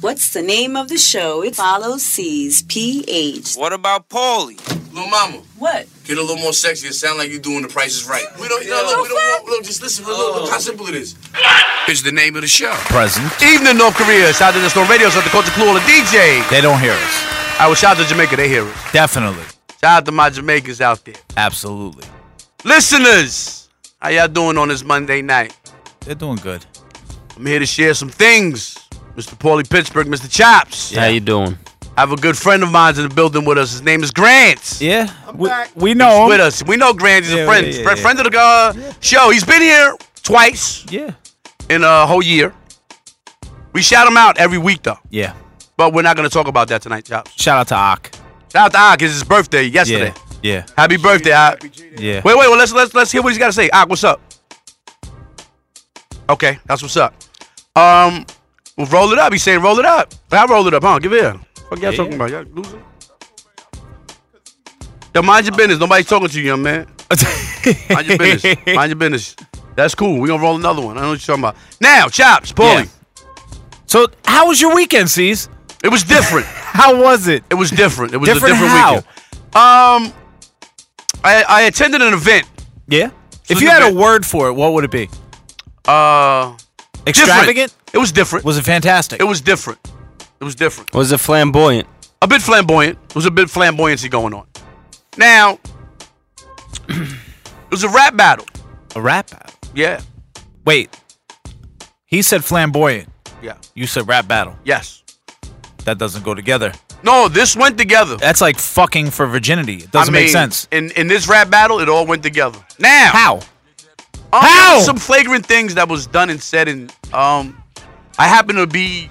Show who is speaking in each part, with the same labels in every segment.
Speaker 1: What's the name of the show? It follows C's PH.
Speaker 2: What about Paulie?
Speaker 3: Little mama,
Speaker 1: What?
Speaker 3: get a little more sexy. It sound like you doing the Price is Right. We don't, no, look, we don't want, look, just listen, look, look how simple it is. It's the name of the show.
Speaker 4: Present.
Speaker 5: Evening, North Korea. Shout out to the Storm Radio. Shout out to Culture Clue, all the DJs.
Speaker 4: They don't hear us.
Speaker 5: I was shout out to Jamaica. They hear us.
Speaker 4: Definitely.
Speaker 5: Shout out to my Jamaicans out there.
Speaker 4: Absolutely.
Speaker 5: Listeners, how y'all doing on this Monday night?
Speaker 4: They're doing good.
Speaker 5: I'm here to share some things. Mr. Paulie Pittsburgh, Mr. Chops.
Speaker 2: How you doing?
Speaker 5: I have a good friend of mine in the building with us. His name is Grant.
Speaker 4: Yeah. we,
Speaker 6: back.
Speaker 4: we
Speaker 5: He's
Speaker 4: know
Speaker 5: with
Speaker 4: him.
Speaker 5: us. We know Grant. He's
Speaker 4: Yeah,
Speaker 5: a friend,
Speaker 4: yeah, yeah,
Speaker 5: friend,
Speaker 4: yeah.
Speaker 5: friend of the uh, show. He's been here twice
Speaker 4: Yeah.
Speaker 5: in a whole year. We shout him out every week though,
Speaker 4: Yeah.
Speaker 5: but we're not going to talk about that tonight, Chops.
Speaker 4: Shout out to Ak.
Speaker 5: Shout out to Ak. It's his birthday yesterday.
Speaker 4: Yeah. Yeah.
Speaker 5: Happy birthday, Ak. Wait,
Speaker 4: Yeah.
Speaker 5: wait. Well, let's let's let's hear what he's got to say. Ak, what's up? Okay, that's what's up. Um, well, roll it up. He's saying roll it up. I roll it up, huh? Give it here. What y'all talking about? Y'all losing? Yo, mind your business. Nobody's talking to you, young man. Mind your business. Mind your business. That's cool. We're gonna roll another one. I know what you're talking about. Now, chops, Paulie.
Speaker 4: so, how was your weekend, C's?
Speaker 5: It was different.
Speaker 4: How was it?
Speaker 5: It was different. It was
Speaker 4: Different
Speaker 5: a different
Speaker 4: how?
Speaker 5: weekend. Um I I attended an event.
Speaker 4: Yeah. if
Speaker 5: So
Speaker 4: you had a
Speaker 5: different.
Speaker 4: word for it, what would it be?
Speaker 5: Uh
Speaker 4: Extravagant?
Speaker 5: Different. It was different.
Speaker 4: Was it fantastic?
Speaker 5: It was different. It was different.
Speaker 2: Was it flamboyant?
Speaker 5: A bit flamboyant. There was a bit flamboyancy going on. Now it was a rap battle.
Speaker 4: a rap battle.
Speaker 5: Yeah.
Speaker 4: Wait. He said flamboyant.
Speaker 5: Yeah.
Speaker 4: You said rap battle.
Speaker 5: Yes.
Speaker 4: That doesn't go together.
Speaker 5: No, this went together.
Speaker 4: That's like fucking for virginity. It doesn't
Speaker 5: I mean,
Speaker 4: make sense.
Speaker 5: In in this rap battle, it all went together. Now
Speaker 4: How?
Speaker 5: Um,
Speaker 4: How?
Speaker 5: Some flagrant things that was done and said, and um, I happen to be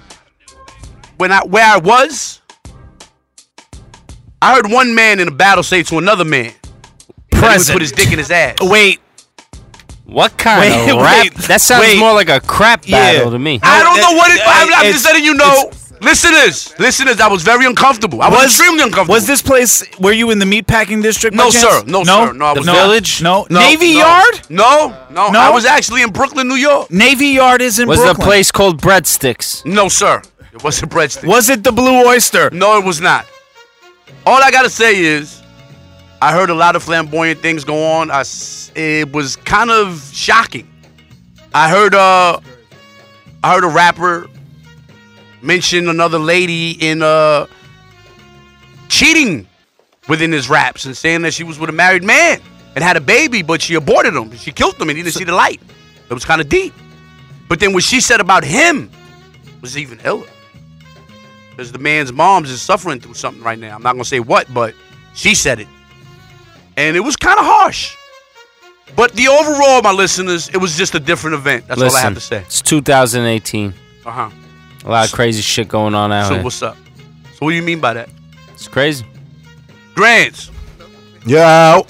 Speaker 5: when I where I was. I heard one man in a battle say to another man, that he would
Speaker 4: Present.
Speaker 5: put his dick in his ass."
Speaker 4: Wait.
Speaker 2: What kind
Speaker 4: Wait,
Speaker 2: of rap?
Speaker 4: wait,
Speaker 2: that sounds
Speaker 4: wait.
Speaker 2: more like a crap
Speaker 4: Yeah.
Speaker 2: battle to me.
Speaker 5: I don't
Speaker 4: No,
Speaker 5: know what it.
Speaker 4: that-
Speaker 5: I'm, I'm
Speaker 4: it's-
Speaker 5: just letting you know, listeners, listeners. I was very uncomfortable. I was, extremely uncomfortable.
Speaker 4: Was this place were you in the meatpacking district? by
Speaker 5: No,
Speaker 4: chance?
Speaker 5: sir. No, sir. No, I was
Speaker 4: no,
Speaker 5: not.
Speaker 2: Village?
Speaker 4: No,
Speaker 5: No,
Speaker 4: Navy
Speaker 5: no,
Speaker 4: Yard.
Speaker 5: No, no,
Speaker 4: No?
Speaker 5: I was actually in Brooklyn, New York.
Speaker 4: Navy Yard is in
Speaker 2: Was
Speaker 4: Brooklyn.
Speaker 2: the place called Breadsticks?
Speaker 5: No, sir. It wasn't breadstick.
Speaker 4: Was it the Blue Oyster?
Speaker 5: No, it was not. All I gotta say is, I heard a lot of flamboyant things go on. I s it was kind of shocking. I heard uh, I heard a rapper mention another lady in uh, cheating within his raps and saying that she was with a married man and had a baby, but she aborted him. She killed him and he didn't see the light. It was kind of deep. But then what she said about him was even iller because the man's mom's is suffering through something right now. I'm not gonna say what, but she said it, and it was kind of harsh. But the overall, my listeners, it was just a different event. That's all I have to say.
Speaker 2: It's 2018.
Speaker 5: Uh huh.
Speaker 2: A lot of crazy shit going on out
Speaker 5: So
Speaker 2: here.
Speaker 5: what's up? So what do you mean by that,
Speaker 2: It's crazy.
Speaker 5: Grants?
Speaker 6: Yeah.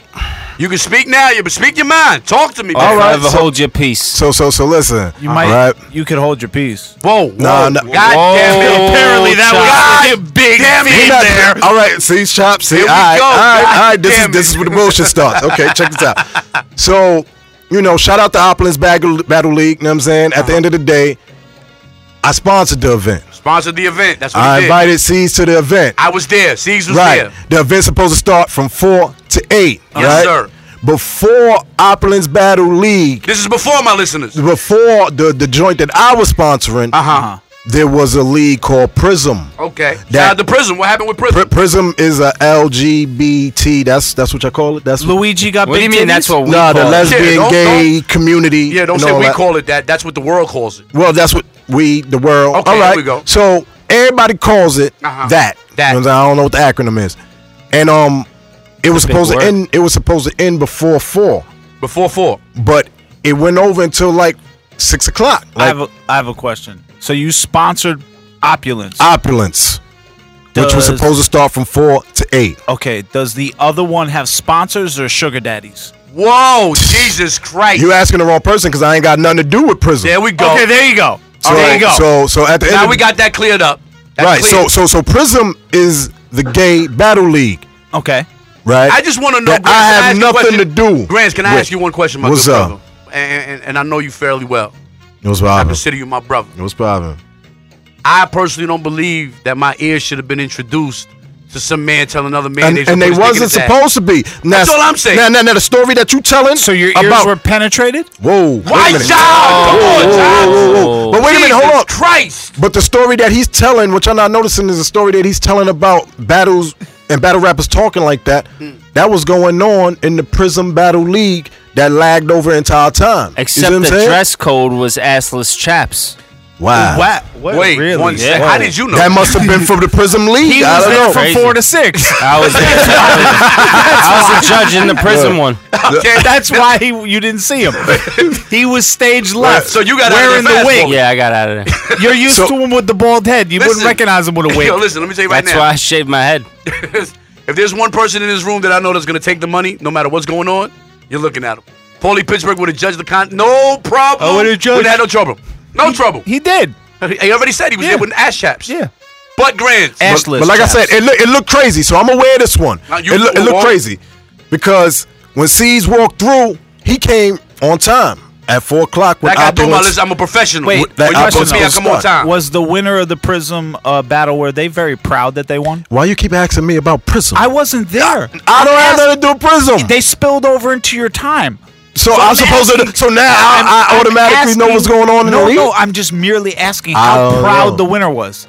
Speaker 5: You can speak now. You but speak your mind. Talk to me.
Speaker 2: All
Speaker 5: man.
Speaker 2: right, forever
Speaker 6: so-
Speaker 2: hold your peace.
Speaker 6: So so so listen.
Speaker 4: You might.
Speaker 6: Right.
Speaker 4: You could hold your peace.
Speaker 5: Whoa. whoa.
Speaker 6: Nah, nah.
Speaker 5: God damn
Speaker 2: Whoa,
Speaker 5: it.
Speaker 2: Apparently that was-
Speaker 5: God big damn
Speaker 6: He
Speaker 5: it
Speaker 6: not-
Speaker 5: there.
Speaker 6: All right, see, chop, see, all
Speaker 5: Here we
Speaker 6: right,
Speaker 5: go.
Speaker 6: all right, all right. This is
Speaker 5: Goddamn
Speaker 6: this
Speaker 5: it.
Speaker 6: is where the bullshit starts. Okay, check this out. So, you know, shout out to Opulence Battle, Battle League. You know what I'm saying?
Speaker 5: Uh-huh.
Speaker 6: At the end of the day, I sponsored the event.
Speaker 5: Sponsored the event. That's what
Speaker 6: I
Speaker 5: he did.
Speaker 6: invited C's to the event.
Speaker 5: I was there. Seize was
Speaker 6: right.
Speaker 5: there.
Speaker 6: The event's supposed to start from four to eight.
Speaker 5: Yes,
Speaker 6: right?
Speaker 5: sir.
Speaker 6: Before Opulence Battle League,
Speaker 5: This is before my listeners.
Speaker 6: before the the joint that I was sponsoring,
Speaker 5: Uh huh.
Speaker 6: there was a league called Prism.
Speaker 5: Okay.
Speaker 6: That-
Speaker 5: Shout out to prison. What happened with prison?
Speaker 6: Pri- Prism is a LGBT. That's that's what you call it. That's
Speaker 4: Luigi got
Speaker 2: What do
Speaker 4: big
Speaker 2: you mean?
Speaker 4: titties?
Speaker 2: That's what we
Speaker 6: Nah, the
Speaker 2: call it?
Speaker 6: lesbian,
Speaker 5: Yeah, don't-
Speaker 6: gay community.
Speaker 5: Yeah, don't
Speaker 6: and
Speaker 5: say
Speaker 6: all
Speaker 5: we
Speaker 6: that.
Speaker 5: call it that. That's what the world calls it.
Speaker 6: Well, that's what we, the world.
Speaker 5: Okay,
Speaker 6: all
Speaker 5: there
Speaker 6: right.
Speaker 5: we go.
Speaker 6: So everybody calls it
Speaker 5: Uh-huh.
Speaker 6: that.
Speaker 5: That.
Speaker 6: You know what I'm saying? I don't know what the acronym is. And um, it was
Speaker 2: big
Speaker 6: supposed to
Speaker 2: word.
Speaker 6: end. It was supposed to end before four,
Speaker 5: Before four.
Speaker 6: but it went over until like six o'clock.
Speaker 4: I
Speaker 6: Like
Speaker 4: have a, I have a question. So you sponsored opulence.
Speaker 6: opulence, which
Speaker 4: Does-
Speaker 6: was supposed to start from four to eight.
Speaker 4: okay. Does the other one have sponsors or sugar daddies?
Speaker 5: Whoa, Jesus Christ.
Speaker 6: You asking the wrong person because I ain't got nothing to do with Prism.
Speaker 5: there we go.
Speaker 4: Okay, there you go.
Speaker 6: So,
Speaker 5: there you go.
Speaker 6: So so at the end
Speaker 5: now
Speaker 6: of
Speaker 5: we
Speaker 6: the-
Speaker 5: got that cleared up. That's
Speaker 6: right.
Speaker 5: clear.
Speaker 6: So so so Prism is the gay battle league,
Speaker 4: Okay.
Speaker 6: right?
Speaker 5: I just want to know.
Speaker 6: that
Speaker 5: Grants,
Speaker 6: I
Speaker 5: can
Speaker 6: have
Speaker 5: ask you a
Speaker 6: nothing
Speaker 5: question?
Speaker 6: to do
Speaker 5: Grants, can I
Speaker 6: with-
Speaker 5: ask you one question, my
Speaker 6: What's
Speaker 5: good
Speaker 6: up?
Speaker 5: brother? And, and, and I know you fairly well.
Speaker 6: It was
Speaker 5: I
Speaker 6: poppin'.
Speaker 5: consider you my brother.
Speaker 6: It was poppin'.
Speaker 5: I personally don't believe that my ears should have been introduced to some man telling another man.
Speaker 6: And,
Speaker 5: they
Speaker 6: and they wasn't supposed to be. Now,
Speaker 5: That's all I'm saying.
Speaker 6: Now, now, now the story that you telling.
Speaker 4: So your ears
Speaker 6: about,
Speaker 4: were penetrated?
Speaker 6: Whoa.
Speaker 5: Why,
Speaker 6: wait a
Speaker 5: John?
Speaker 6: minute.
Speaker 5: Come on, John.
Speaker 6: Whoa, whoa, whoa. But wait a minute, hold
Speaker 5: Oh. Jesus
Speaker 6: on.
Speaker 5: Christ.
Speaker 6: But the story that he's telling, which I'm not noticing, is a story that he's telling about battles and battle rappers talking like that. That was going on in the Prism Battle League that lagged over entire time. You see
Speaker 2: Except
Speaker 6: what I'm
Speaker 2: the
Speaker 6: saying?
Speaker 2: dress code was assless chaps.
Speaker 6: Wow.
Speaker 4: What? what?
Speaker 5: Wait,
Speaker 2: really?
Speaker 5: one
Speaker 2: Yeah.
Speaker 5: sec. How did you know?
Speaker 6: That must have been from the Prism League.
Speaker 4: He was
Speaker 6: I don't
Speaker 4: there
Speaker 6: know.
Speaker 4: from
Speaker 2: Crazy.
Speaker 4: four to six.
Speaker 2: I was, I was a judge in the prison one.
Speaker 5: Okay.
Speaker 4: That's why he, you didn't see him. he was stage left.
Speaker 5: So you got out of
Speaker 4: wearing
Speaker 5: there
Speaker 4: the
Speaker 5: fast,
Speaker 4: wig.
Speaker 2: Yeah, I got out of there.
Speaker 4: You're used
Speaker 6: So-
Speaker 4: to him with the bald head. You wouldn't
Speaker 5: Listen.
Speaker 4: recognize him with a wig.
Speaker 5: Yo, listen, let me tell you right
Speaker 2: That's
Speaker 5: now.
Speaker 2: why I shaved my head.
Speaker 5: if there's one person in this room that I know that's gonna take the money, no matter what's going on, you're looking at him. Paulie Pittsburgh would have judged the con. No problem.
Speaker 4: I Oh, would've judged-
Speaker 5: Would have had no trouble. No trouble.
Speaker 4: He did.
Speaker 5: He already said he was
Speaker 4: Yeah.
Speaker 5: there with ass chaps.
Speaker 4: Yeah.
Speaker 5: Butt grands.
Speaker 6: But, but like I said, it look, it looked crazy. So I'm aware of this one.
Speaker 5: Now you-
Speaker 6: it look, it looked
Speaker 5: Walt-
Speaker 6: crazy because when C's walked through, he came on time at four o'clock. When
Speaker 5: Like I do my
Speaker 6: Opulence-
Speaker 5: list, I'm a professional.
Speaker 4: Wait, oh,
Speaker 5: when you
Speaker 6: that
Speaker 5: push me, I
Speaker 6: Opulence
Speaker 5: come on
Speaker 6: start.
Speaker 5: time.
Speaker 4: Was the winner of the Prism uh, battle were they very proud that they won?
Speaker 6: Why you keep asking me about Prism?
Speaker 4: I wasn't there.
Speaker 6: I don't have nothing to do with Prism.
Speaker 4: They spilled over into your time.
Speaker 6: So, I'm, supposed
Speaker 4: asking-
Speaker 6: to. So now I, I
Speaker 4: I'm
Speaker 6: automatically know
Speaker 4: asking-
Speaker 6: what's going on in
Speaker 4: no,
Speaker 6: the league.
Speaker 4: No, I'm just merely asking
Speaker 6: I
Speaker 4: how
Speaker 2: Oh.
Speaker 6: don't
Speaker 4: proud
Speaker 6: know.
Speaker 4: the winner was.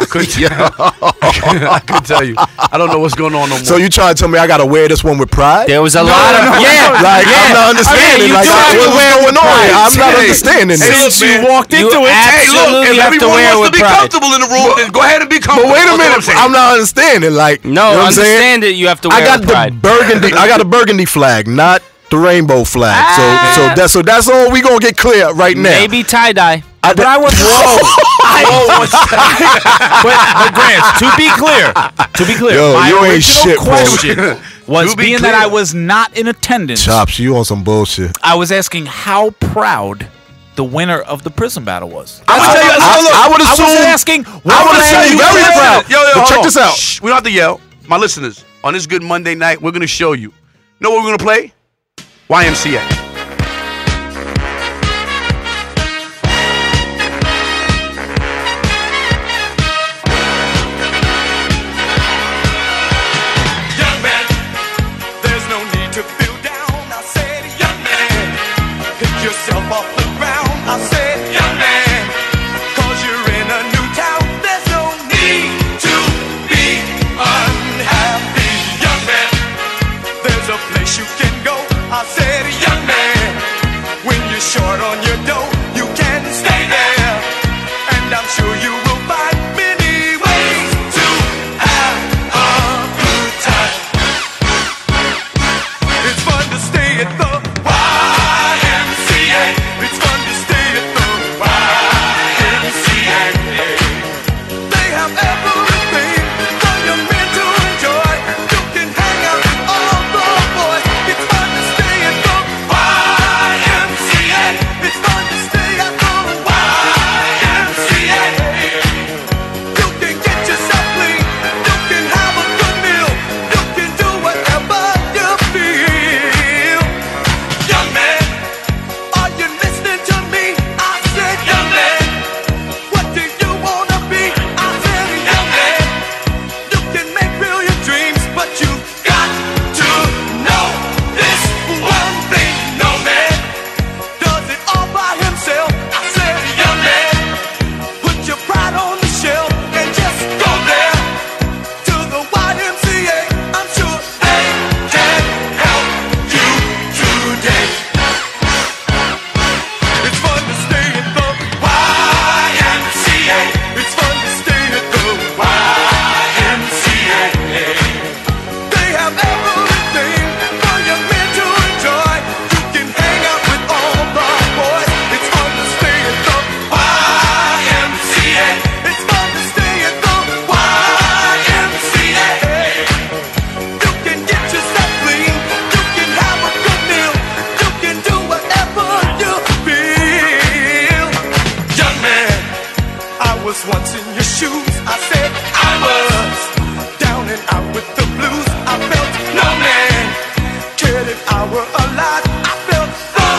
Speaker 5: I couldn't I couldn't tell you. I don't know what's going on no more.
Speaker 6: So you trying to tell me I got to wear this one with pride?
Speaker 2: There was a lot of. Yeah,
Speaker 6: like
Speaker 2: yeah.
Speaker 6: I'm not understanding.
Speaker 2: you
Speaker 6: like
Speaker 2: do have
Speaker 6: what's
Speaker 2: to wear it
Speaker 6: going on?
Speaker 2: with
Speaker 6: here?
Speaker 2: pride.
Speaker 6: I'm not
Speaker 5: Hey, hey,
Speaker 6: understanding this.
Speaker 5: look, man.
Speaker 2: You
Speaker 5: Hey, look, if
Speaker 2: absolutely have to
Speaker 5: everyone
Speaker 2: wear it
Speaker 5: wants
Speaker 2: with
Speaker 5: to be
Speaker 2: pride.
Speaker 5: comfortable in the room, then go ahead and be
Speaker 6: But
Speaker 5: comfortable.
Speaker 6: wait a
Speaker 5: That's what
Speaker 6: minute,
Speaker 5: saying.
Speaker 6: I'm not understanding. Like
Speaker 2: No,
Speaker 6: you know what I'm saying?
Speaker 2: Oh, understand it. You have to
Speaker 6: I
Speaker 2: wear
Speaker 6: got
Speaker 2: it with pride.
Speaker 6: the burgundy. I got a burgundy flag, not the rainbow flag. So so that's so that's all we gonna get clear right now.
Speaker 2: Maybe tie dye.
Speaker 6: I, but I was
Speaker 5: Oh, what's that?
Speaker 4: but, but Grant, to be clear, to be clear,
Speaker 6: Yo,
Speaker 4: my
Speaker 6: you ain't
Speaker 4: original
Speaker 6: shit, bro.
Speaker 4: question was
Speaker 5: To be
Speaker 4: being that
Speaker 5: clear.
Speaker 4: I was not in attendance.
Speaker 6: chops. You on some bullshit?
Speaker 4: I was asking how proud the winner of the prison battle was.
Speaker 5: I would tell you.
Speaker 6: I-
Speaker 5: look,
Speaker 6: I would
Speaker 4: I
Speaker 6: assume.
Speaker 4: was asking.
Speaker 6: I would
Speaker 4: what
Speaker 6: assume
Speaker 4: land
Speaker 6: you
Speaker 4: you
Speaker 6: very
Speaker 4: were in.
Speaker 6: proud.
Speaker 5: Yo, yo,
Speaker 6: But
Speaker 5: hold
Speaker 6: check
Speaker 5: on.
Speaker 6: this out.
Speaker 5: Shh, we don't have to yell. My listeners, on this good Monday night, we're gonna show you. Know what we're gonna play? YMCA.
Speaker 7: Young man, there's no need to feel down. I said, young man, pick yourself off the ground. I said, young man, cause you're in a new town. There's no need to be unhappy. Young man, there's a place you can go. I said, young man, when you're short on your dough, you can stay there. And I'm sure you will find many ways to have a good time. It's fun to stay at the YMCA. It's fun to stay at the YMCA. They have everything for your men to enjoy. You can hang out with all the boys. It's fun to stay at the YMCA. It's fun to stay at the YMCA. You can get yourself clean. You can have a good meal. You can do whatever you feel. Young man, are you listening to me? I said, young man, what do you wanna be? I said, young man, you can make real your dreams, but you got to know this one thing, no man does it all by himself. I said, young man, put your pride on the shelf and just go there to the YMCA. I'm sure they can help you today. It's fun to stay at the YMCA. It's fun to stay at the YMCA. They have everything for your men to enjoy. You can hang out with all the boys. It's fun to stay at the YMCA. It's fun to stay at the YMCA. You can get yourself clean. You can have a good meal. You can do whatever you feel, young man. I was once in your shoes. I said I was down and out with the blues. I felt no man cared if I were alive. I felt the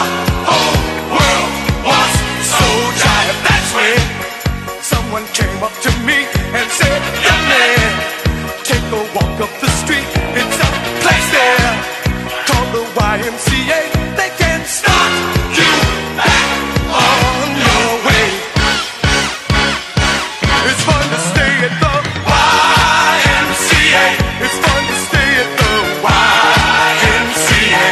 Speaker 7: whole world was so jive. That's when someone
Speaker 8: up to me and said, Young man, take a walk up the street. It's a place there. Call the YMCA. They can start you back on your way. It's fun to stay at the YMCA. It's fun to stay at the YMCA.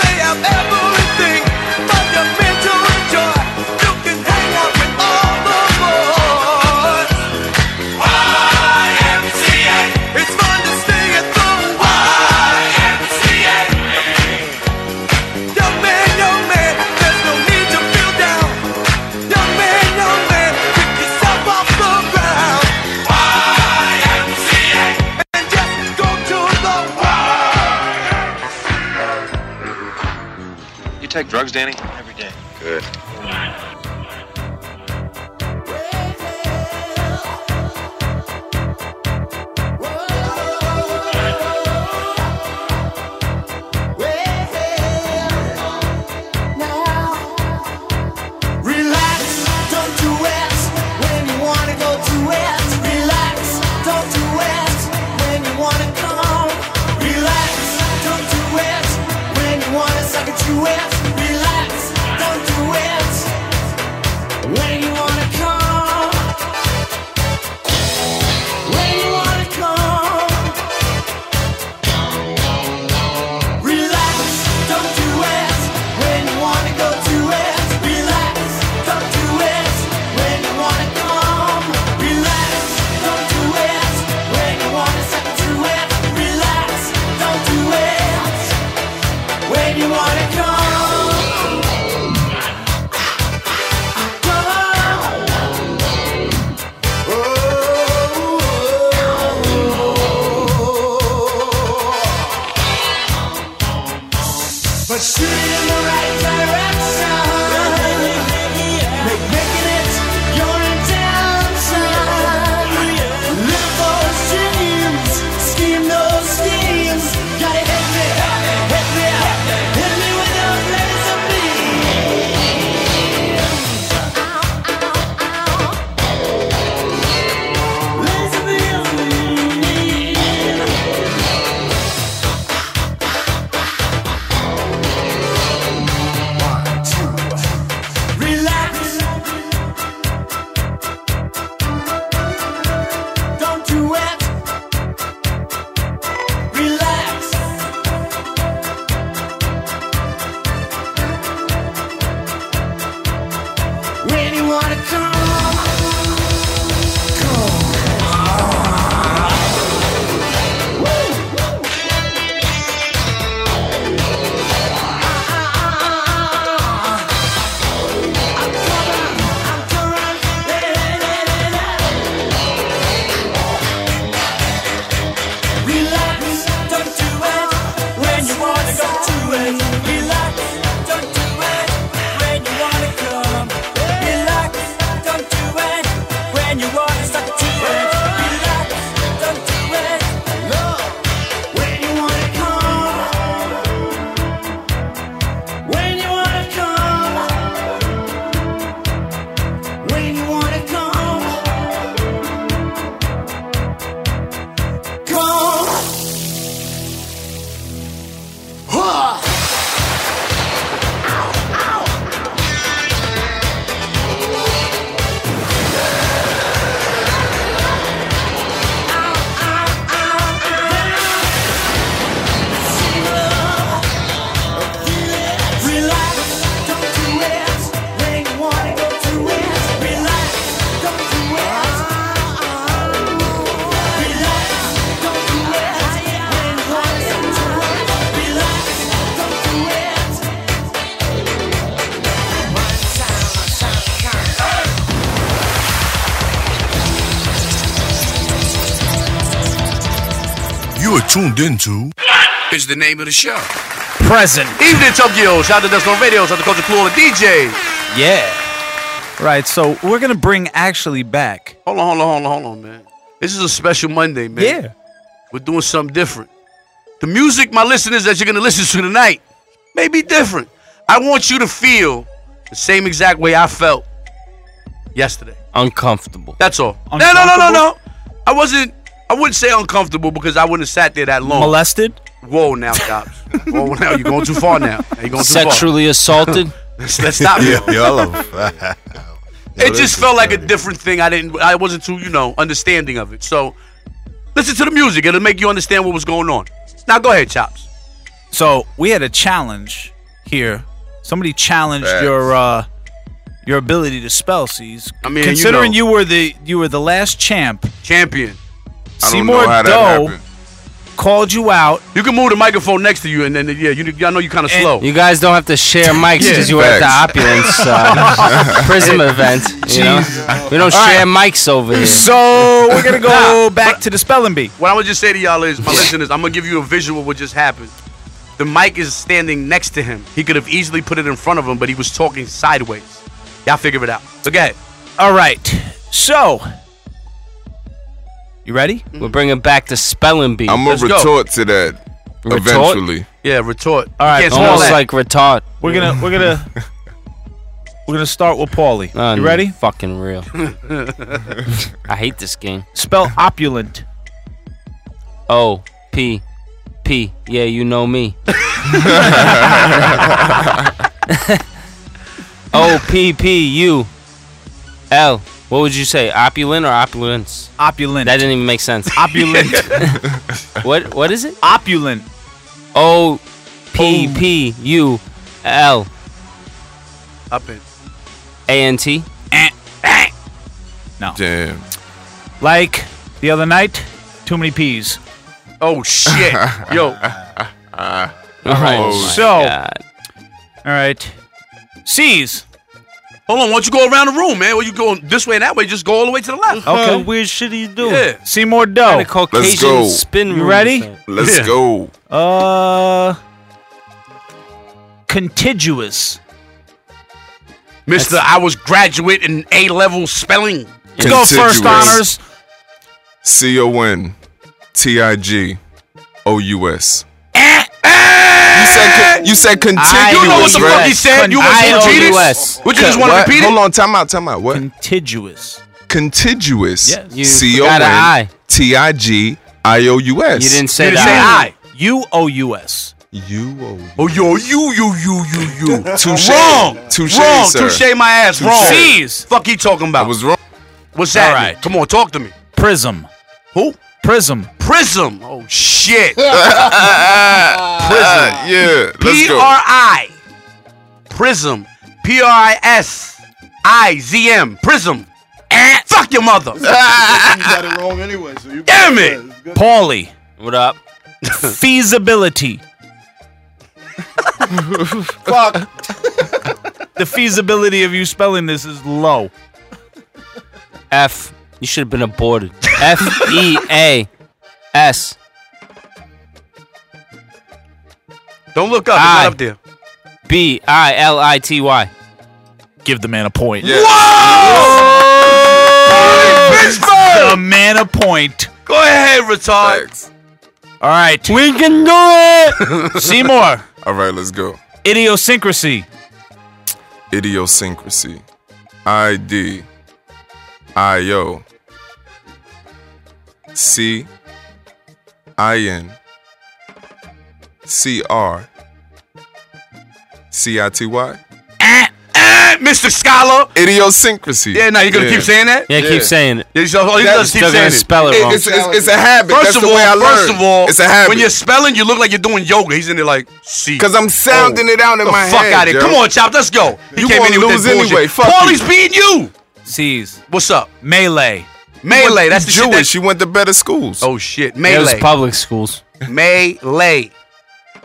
Speaker 8: They have everything from your mental joy. You can hang out with all the boys. YMCA. It's fun to stay at the YMCA. Young man, young man, there's no need to feel down. Young man, young man, pick yourself off the ground. YMCA. And just go to the Y.
Speaker 9: You take drugs, Danny? Every day. Good.
Speaker 7: Relax, don't do it when you wanna go to it. Relax, don't do it when you wanna come home. Relax, don't do it when you wanna suck it to it. Relax, don't do it when you wanna come. When you wanna come. Relax, don't do it when you wanna go to it. Relax, don't do it when you wanna come. Relax, don't do it when you wanna suck to it. Relax, don't do it when you wanna come. Come. But shoot in the right direction. Make making it your intention. Live those dreams, scheme those schemes. Gotta hit me, hit me, hit me with a laser beam. Laser beam. Relax. Don't do it. Relax. When you wanna come, come. Ah. Relax, don't do it when you wanna go to it. Relax, don't do it when you wanna come. Relax, don't do it when you wanna suck to it. Relax, don't do it when you wanna come. When you wanna come. When you wanna come, come. Huh. Relax, don't do it when you wanna go to it. Relax, don't do it. Relax, don't do it when you wanna go to it. Relax, don't do it. One time, one time, come.
Speaker 10: You are tuned into
Speaker 5: It's the name of the show.
Speaker 4: Present.
Speaker 5: Evening Tokyo. Shout out to Dustin on Radio. Shout out to Culture Clue, all the DJ.
Speaker 4: Yeah. Right. So we're gonna bring actually back.
Speaker 5: Hold on, hold on, hold on, hold on, man. This is a special Monday, man.
Speaker 4: Yeah.
Speaker 5: We're doing something different. The music, my listeners, that you're going to listen to tonight may be different. I want you to feel the same exact way I felt yesterday.
Speaker 2: Uncomfortable.
Speaker 5: That's all. No, no, no, no, no. I wasn't. I wouldn't say uncomfortable because I wouldn't have sat there that long.
Speaker 4: Molested?
Speaker 5: Whoa, now stop. Whoa, now you're going too far. Now, Now you're going too far.
Speaker 2: Sexually assaulted?
Speaker 5: Let's, let's stop you.
Speaker 10: Yo, I love.
Speaker 5: It just felt like a different thing. I didn't. I wasn't too, you know, understanding of it. So, listen to the music. It'll make you understand what was going on. Now, go ahead, chops.
Speaker 4: So we had a challenge here. Somebody challenged
Speaker 10: Facts.
Speaker 4: your uh your ability to spell C's.
Speaker 5: I mean, you
Speaker 4: considering
Speaker 5: know.
Speaker 4: you, were the you were the last champ,
Speaker 5: Champion.
Speaker 10: I don't
Speaker 4: Seymour
Speaker 10: know how that
Speaker 4: Doe
Speaker 10: happened.
Speaker 4: called you out.
Speaker 5: You can move the microphone next to you, and then yeah, you. I know you're kind of
Speaker 4: And
Speaker 5: slow.
Speaker 2: You guys don't have to share mics because you were at the
Speaker 10: Facts.
Speaker 2: opulence uh, prism event. You know? We don't share mics over here.
Speaker 4: So we're gonna go back to the spelling bee.
Speaker 5: What I would just say to y'all is, my listeners, I'm gonna give you a visual of what just happened. The mic is standing next to him. He could have easily put it in front of him, but he was talking sideways. Y'all figure it out. So go ahead.
Speaker 4: All right. So
Speaker 2: Oh
Speaker 4: you ready?
Speaker 2: We're bringing back the spelling bee.
Speaker 10: I'm gonna
Speaker 5: Let's go.
Speaker 10: retort to that
Speaker 2: Retort?
Speaker 10: eventually.
Speaker 5: Yeah, retort.
Speaker 4: All right,
Speaker 5: Can't spell
Speaker 2: Almost
Speaker 5: that.
Speaker 2: like retard.
Speaker 4: We're gonna we're gonna we're gonna start with Paulie.
Speaker 2: None
Speaker 4: you ready?
Speaker 2: Oh, Fucking real. I hate this game.
Speaker 4: Spell opulent.
Speaker 2: O P P. Yeah, you know me. O P P U L. What would you say? Opulent or opulence?
Speaker 4: Opulent.
Speaker 2: That didn't even make sense.
Speaker 4: opulent.
Speaker 2: what what is it?
Speaker 4: opulent.
Speaker 2: O P P U L
Speaker 5: up it.
Speaker 2: A N T.
Speaker 4: Eh,
Speaker 10: Damn.
Speaker 4: Like the other night, too many peas.
Speaker 5: Oh shit. Yo,
Speaker 2: Alright.
Speaker 4: so, all right. C's.
Speaker 5: hold on. Why don't you go around the room, man? Where you going this way and that way? Just go all the way to the left.
Speaker 4: Okay.
Speaker 2: weird shit you doing?
Speaker 5: Yeah.
Speaker 4: Seymour
Speaker 2: Kind
Speaker 4: Doe.
Speaker 2: of Caucasian
Speaker 10: Let's go.
Speaker 2: spin
Speaker 4: You
Speaker 2: room
Speaker 4: ready?
Speaker 2: thing.
Speaker 10: Let's
Speaker 5: Yeah.
Speaker 10: go.
Speaker 4: Uh. Contiguous.
Speaker 5: Mister, I was graduate in A level spelling.
Speaker 4: Let's go first honors.
Speaker 10: C O N T I G O U S. You said con- you said
Speaker 2: I-
Speaker 10: contiguous,
Speaker 5: You know what the fuck
Speaker 10: right?
Speaker 5: he said? You
Speaker 2: I
Speaker 5: want
Speaker 2: O
Speaker 5: to repeat
Speaker 2: U
Speaker 5: it?
Speaker 2: S.
Speaker 5: Would you just want to
Speaker 10: What?
Speaker 5: repeat
Speaker 10: Hold
Speaker 5: it?
Speaker 10: on, time out, time out. What?
Speaker 4: Contiguous.
Speaker 10: contiguous.
Speaker 4: Yes.
Speaker 2: You
Speaker 10: C O
Speaker 2: forgot a
Speaker 10: N
Speaker 2: I.
Speaker 10: T I G I O U S.
Speaker 2: You didn't say
Speaker 5: You didn't
Speaker 2: that.
Speaker 5: say I.
Speaker 4: U O U S.
Speaker 10: U O.
Speaker 5: Oh yo, you, you, you, you, you.
Speaker 10: Touche.
Speaker 5: Wrong.
Speaker 10: Touche,
Speaker 5: Wrong.
Speaker 10: sir.
Speaker 5: Touche my ass.
Speaker 10: Touche.
Speaker 5: Wrong.
Speaker 4: C's.
Speaker 5: Fuck you talking
Speaker 10: I
Speaker 5: about.
Speaker 10: was wrong.
Speaker 5: What's that?
Speaker 4: Alright.
Speaker 5: Come on, talk to me.
Speaker 4: Prism.
Speaker 5: Who?
Speaker 4: Prism.
Speaker 5: Prism. Oh shit. P
Speaker 10: Uh, yeah. Let's
Speaker 5: R
Speaker 10: go.
Speaker 5: I. Prism. P R I S I Z M. Prism. Eh, Fuck your mother.
Speaker 11: You got it wrong anyway, so you
Speaker 5: Damn it.
Speaker 4: Paulie.
Speaker 2: What up?
Speaker 4: Feasibility.
Speaker 11: Fuck.
Speaker 4: The feasibility of you spelling this is low.
Speaker 2: F. You should have been aborted. F E A S.
Speaker 5: Don't look up. It's
Speaker 2: Aye.
Speaker 5: not up there.
Speaker 2: B I L I T Y.
Speaker 4: Give the man a point.
Speaker 10: Yeah.
Speaker 11: Oh!
Speaker 4: The man a point.
Speaker 5: Go ahead, retard.
Speaker 10: Thanks.
Speaker 4: All right.
Speaker 2: We can do it.
Speaker 4: Seymour.
Speaker 10: All right, let's go.
Speaker 4: Idiosyncrasy.
Speaker 10: Idiosyncrasy. I D I O C I N C R C I T Y.
Speaker 5: Eh, Mr. Scholar.
Speaker 10: Idiosyncrasy.
Speaker 5: Yeah, now you're gonna keep saying that?
Speaker 2: Yeah, keep saying it.
Speaker 5: Yeah, so all you
Speaker 10: That's
Speaker 5: does is keep
Speaker 2: Still gonna
Speaker 5: saying it.
Speaker 2: spell it
Speaker 10: It-
Speaker 2: wrong.
Speaker 10: it's, it's, it's a habit.
Speaker 5: First
Speaker 10: That's
Speaker 5: of
Speaker 10: the
Speaker 5: all,
Speaker 10: way I learned.
Speaker 5: first of all,
Speaker 10: it's a habit.
Speaker 5: when you're spelling, you look like you're doing yoga. He's in there like, see. Oh,
Speaker 10: Cause I'm sounding it out in
Speaker 5: the
Speaker 10: my
Speaker 5: fuck
Speaker 10: head.
Speaker 5: out of
Speaker 10: yo.
Speaker 5: here. Come on, Chop, let's go. He
Speaker 10: You
Speaker 5: came in
Speaker 10: gonna
Speaker 5: here with
Speaker 10: lose
Speaker 5: that bullshit.
Speaker 10: anyway, fuck
Speaker 5: Paulie's
Speaker 10: you.
Speaker 5: beating you.
Speaker 4: C's.
Speaker 5: What's up?
Speaker 4: Melee.
Speaker 5: Melee. That's the shit that-
Speaker 10: Jewish. You went to better schools.
Speaker 5: Oh shit.
Speaker 2: It was
Speaker 5: Melee.
Speaker 2: public schools.
Speaker 5: Melee.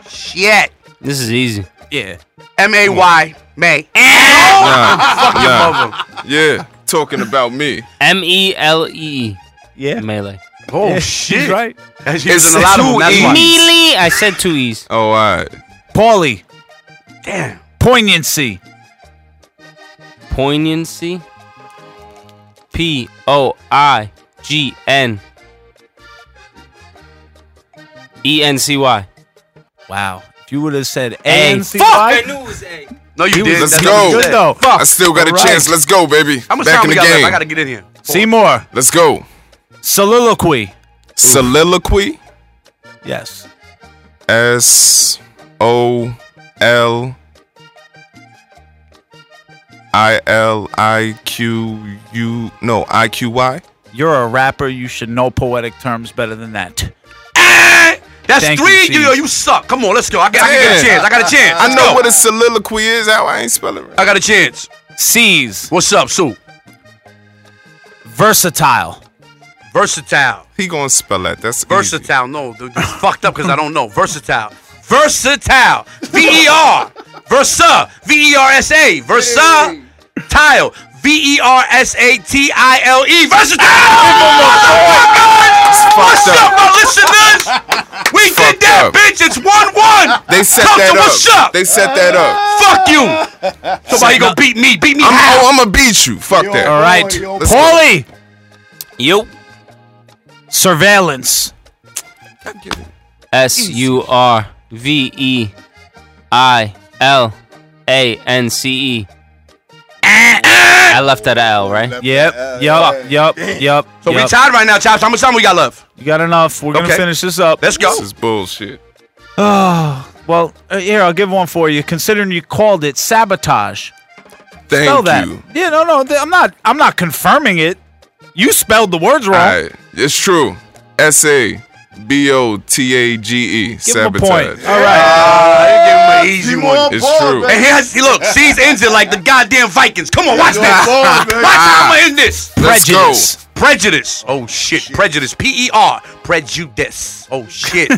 Speaker 5: Shit.
Speaker 2: This is easy.
Speaker 4: Yeah.
Speaker 5: M A Y. May.
Speaker 10: Nah,
Speaker 5: Fuck your
Speaker 10: nah.
Speaker 5: mother.
Speaker 10: Yeah, talking about me.
Speaker 2: M E L E E.
Speaker 4: Yeah.
Speaker 2: Melee.
Speaker 5: Oh
Speaker 4: Yeah,
Speaker 5: shit.
Speaker 4: He's right.
Speaker 5: That's
Speaker 10: It's
Speaker 5: using a lot of them. That's
Speaker 10: two
Speaker 5: why.
Speaker 10: E's.
Speaker 2: Melee. I said two E's.
Speaker 10: Oh, all right.
Speaker 4: Paulie.
Speaker 5: Damn.
Speaker 4: Poignancy.
Speaker 2: Poignancy. P O I G N E N C Y. E
Speaker 4: Wow. If you would have said
Speaker 2: A.
Speaker 4: A. Fuck.
Speaker 2: knew it was A.
Speaker 5: No, you did.
Speaker 10: Let's go. I still got a chance. Let's go, baby.
Speaker 5: How much
Speaker 10: Back
Speaker 5: time
Speaker 10: in
Speaker 5: we
Speaker 10: the
Speaker 5: got left?
Speaker 10: game.
Speaker 5: I gotta get in here.
Speaker 10: Seymour. Let's go.
Speaker 4: Soliloquy.
Speaker 10: Soliloquy.
Speaker 4: Yes.
Speaker 10: S O L I L I Q U. No, I Q Y.
Speaker 4: You're a rapper. You should know poetic terms better than that.
Speaker 5: Eh! That's
Speaker 4: Thank
Speaker 5: three.
Speaker 4: you,
Speaker 5: You,
Speaker 4: Chief.
Speaker 5: yo, you suck. Come on, let's go. I got, I got a chance. I got a chance.
Speaker 10: I
Speaker 5: Let's
Speaker 10: know
Speaker 5: go.
Speaker 10: what a soliloquy is. How I ain't spelling it.
Speaker 5: I got a chance.
Speaker 4: C's.
Speaker 5: What's up, Sue?
Speaker 4: Versatile.
Speaker 5: Versatile.
Speaker 10: He gonna spell that. That's
Speaker 5: Versatile. No, dude, it's fucked up because I don't know. Versatile. Versatile. V E R. Versa. V E R S A. Versa. Tile. V E R S A T I L E. Versatile. Oh What's up, my listeners? We did that, bitch. It's one one.
Speaker 10: They set
Speaker 5: Come
Speaker 10: that
Speaker 5: to
Speaker 10: up.
Speaker 5: What's up?
Speaker 10: They set that up.
Speaker 5: Fuck you. Somebody gonna beat me. Beat me.
Speaker 10: I'm,
Speaker 5: how?
Speaker 10: oh, I'm gonna beat you. Fuck that.
Speaker 4: All right.
Speaker 10: Let's go.
Speaker 4: Paulie. You. Surveillance.
Speaker 2: S U R V E I L A N C E. I left that L, right?
Speaker 4: Yep. Yep. Yep. Yep.
Speaker 5: So we
Speaker 4: yep.
Speaker 5: tied right now, Chops. How much time we got left?
Speaker 4: You got enough. We're gonna
Speaker 5: Okay.
Speaker 4: finish this up.
Speaker 5: Let's go.
Speaker 10: This is bullshit.
Speaker 4: Oh, well, uh, here I'll give one for you. Considering you called it sabotage,
Speaker 10: Thank
Speaker 4: spell that.
Speaker 10: you.
Speaker 4: Yeah, no, no, th- I'm not. I'm not confirming it. You spelled the words wrong.
Speaker 10: All right. It's true. S A B O T A G E.
Speaker 4: Give him a
Speaker 10: Sabotage.
Speaker 4: point. All right.
Speaker 5: Ah, you gave him an easy one.
Speaker 10: It's true.
Speaker 5: And he has, he- look, she's injured like the goddamn Vikings. Come on, watch this. Watch how I'm gonna end this.
Speaker 10: Let's go.
Speaker 4: Prejudice.
Speaker 5: Prejudice. Ah. Oh shit. Prejudice. P E R. Prejudice. Oh shit.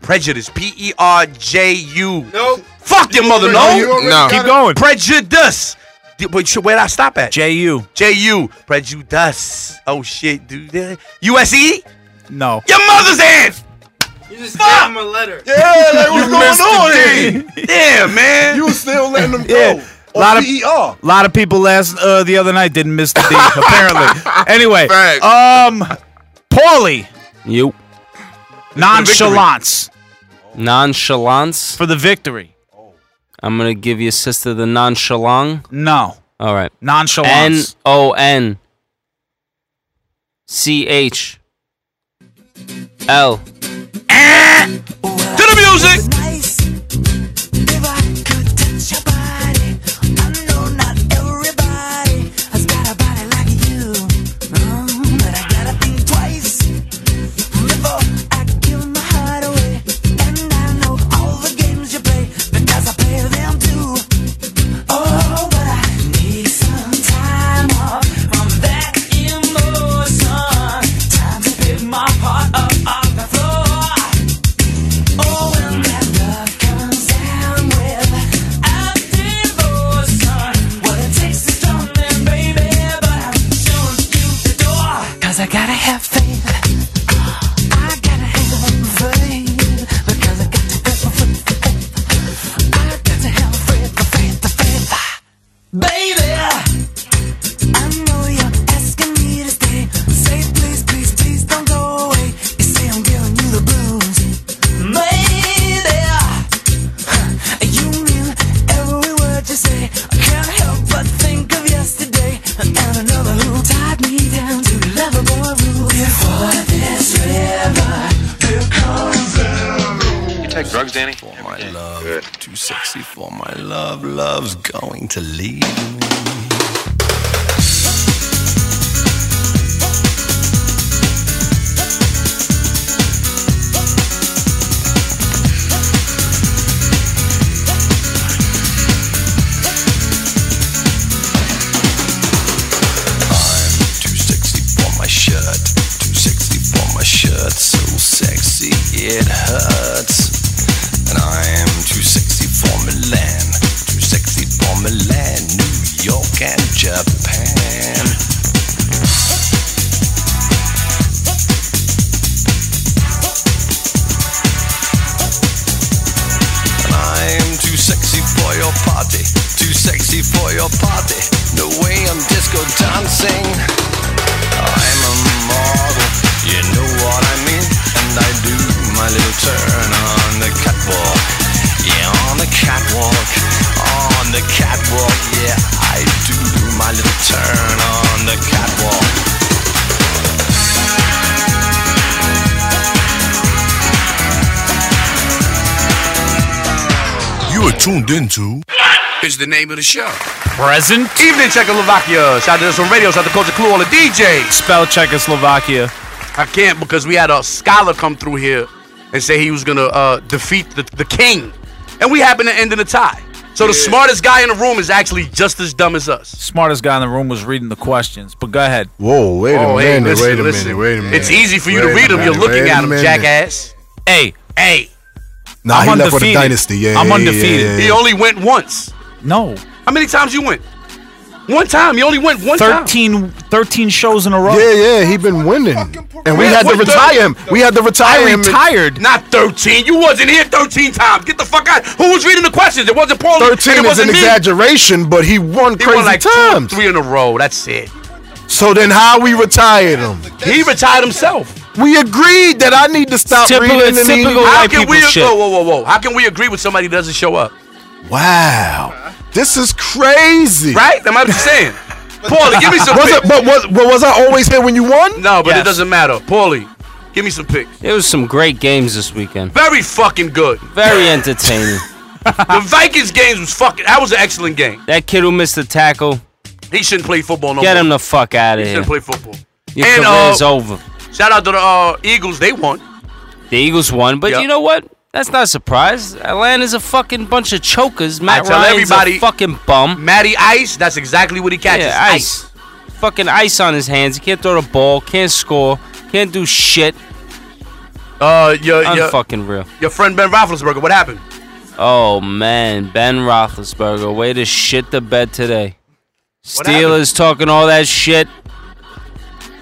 Speaker 5: Prejudice. P E R J U.
Speaker 11: Nope.
Speaker 5: Fuck your mother. No.
Speaker 10: No.
Speaker 4: Keep going.
Speaker 5: Prejudice. Did- Wait, sh- where'd I stop at?
Speaker 4: J U.
Speaker 5: J U. Prejudice. Oh shit, dude. U S E.
Speaker 4: No.
Speaker 5: Your mother's ass.
Speaker 12: You just gave him a letter.
Speaker 11: Yeah, like what's going on here?
Speaker 5: Yeah, man.
Speaker 11: You was still letting them go.
Speaker 4: Yeah.
Speaker 11: On
Speaker 4: Lot
Speaker 5: E
Speaker 4: of-
Speaker 11: PER.
Speaker 4: A lot of people last uh, the other night didn't miss the D. apparently. Anyway,
Speaker 10: Facts.
Speaker 4: um, Paulie,
Speaker 2: You.
Speaker 4: nonchalance
Speaker 2: Nonchalance. Oh.
Speaker 4: for the victory.
Speaker 2: I'm gonna give your sister the nonchalant.
Speaker 4: No,
Speaker 2: All right. N
Speaker 4: nonchalance.
Speaker 2: O N C H L.
Speaker 5: To the music.
Speaker 7: Nice. If I could touch your body, I know not everybody has got a body like you. Mm, but I gotta think twice before I give my heart away. And I know all the games you play because I play them too. Oh, but I need some time off from that emotion. Time to pick my heart up off the floor. Oh, when that love comes down with a devotion, what it takes is strong man, baby, but I'm showing you the door. 'Cause I gotta have faith. I gotta have faith. Because I got to have faith. I got to have faith, the faith, the faith. Baby! I know you're asking me to stay. Say please, please, please don't go away. You say I'm giving you the blues. Maybe you mean every word you say. I can't help but think of yesterday and another who tied me down to the lover boy rule. Before this river, here comes
Speaker 9: You take drugs, Danny? Every day. Good.
Speaker 8: Too sexy for my love. Love's going to leave me. Too sexy for my shirt. Too sexy for my shirt. So sexy it hurts. And I'm too sexy for Milan. Too sexy for Milan, New York, and Japan. I'm too sexy for your party. Too sexy for your party. No way I'm disco dancing. I'm a model, you know what I mean. And I do my little turn on the catwalk. Yeah, on the catwalk. On
Speaker 13: the catwalk. Yeah, I do do my little turn on the catwalk.
Speaker 5: You are tuned into. Is the name of the show. Present. Evening Czechoslovakia. Shout out to this on radio. Shout out to Culture Clue, all the DJs. Spell Czechoslovakia. I can't because we had a scholar come through here and say he was going to uh, defeat the, the king. And we happened to end in a tie. So the smartest guy in the room is actually just as dumb as us.
Speaker 4: Smartest guy in the room was reading the questions, but go ahead.
Speaker 6: Whoa, wait
Speaker 5: Oh, hey, listen, listen. It's easy for you to read them. You're looking at them, jackass. Hey, hey.
Speaker 6: Nah, he left with a dynasty. Yeah, yeah, yeah, Yeah, yeah,
Speaker 5: He only went once.
Speaker 4: No.
Speaker 5: How many times you went? One time. He only went one time.
Speaker 4: 13, 13 shows in a row.
Speaker 6: Yeah, yeah, he been winning, and we
Speaker 5: Man,
Speaker 6: had to
Speaker 5: what
Speaker 6: retire
Speaker 5: thirty-
Speaker 6: him. We had to retire him.
Speaker 5: Not 13. You wasn't here 13 times. Get the fuck out. Who was reading the questions? It wasn't Paul. Oh, and
Speaker 6: Thirteen
Speaker 5: it
Speaker 6: is an
Speaker 5: wasn't me.
Speaker 6: exaggeration, but he won
Speaker 5: He
Speaker 6: crazy
Speaker 5: won like two,
Speaker 6: times.
Speaker 5: three in a row. That's it.
Speaker 6: So then, how we retired him?
Speaker 5: He retired himself.
Speaker 6: We agreed that I need to stop reading and he-
Speaker 5: How can we? Whoa, whoa, whoa, whoa. How can we agree with somebody that doesn't show up?
Speaker 6: Wow, this is crazy.
Speaker 5: Right? Am I saying? Paulie, give me some.
Speaker 6: Was
Speaker 5: pics.
Speaker 6: it? But was, but was I always here when you won?
Speaker 5: No, but it doesn't matter. Paulie, give me some picks.
Speaker 2: There was some great games this weekend.
Speaker 5: Very fucking good.
Speaker 2: Very entertaining.
Speaker 5: the Vikings games was fucking. That was an excellent game.
Speaker 2: that kid who missed the tackle,
Speaker 5: He shouldn't play football no
Speaker 2: get
Speaker 5: more.
Speaker 2: him the fuck out of
Speaker 5: He
Speaker 2: here.
Speaker 5: shouldn't play football.
Speaker 2: Your
Speaker 5: And,
Speaker 2: career's
Speaker 5: uh,
Speaker 2: over.
Speaker 5: Shout out to the uh, Eagles. They won.
Speaker 2: The Eagles won, but you know what? That's not a surprise. Atlanta's a fucking bunch of chokers. Matt
Speaker 5: I tell
Speaker 2: Ryan's
Speaker 5: everybody-
Speaker 2: a fucking bum.
Speaker 5: Matty Ice. That's exactly what he catches.
Speaker 2: Yeah, ice. Fucking ice on his hands. He can't throw the ball. Can't score. Can't do shit.
Speaker 5: Uh, your your-
Speaker 2: unfucking real.
Speaker 5: Your friend Ben Roethlisberger. What happened?
Speaker 2: Oh man, Ben Roethlisberger, way to shit the bed today. Steelers talking all that shit.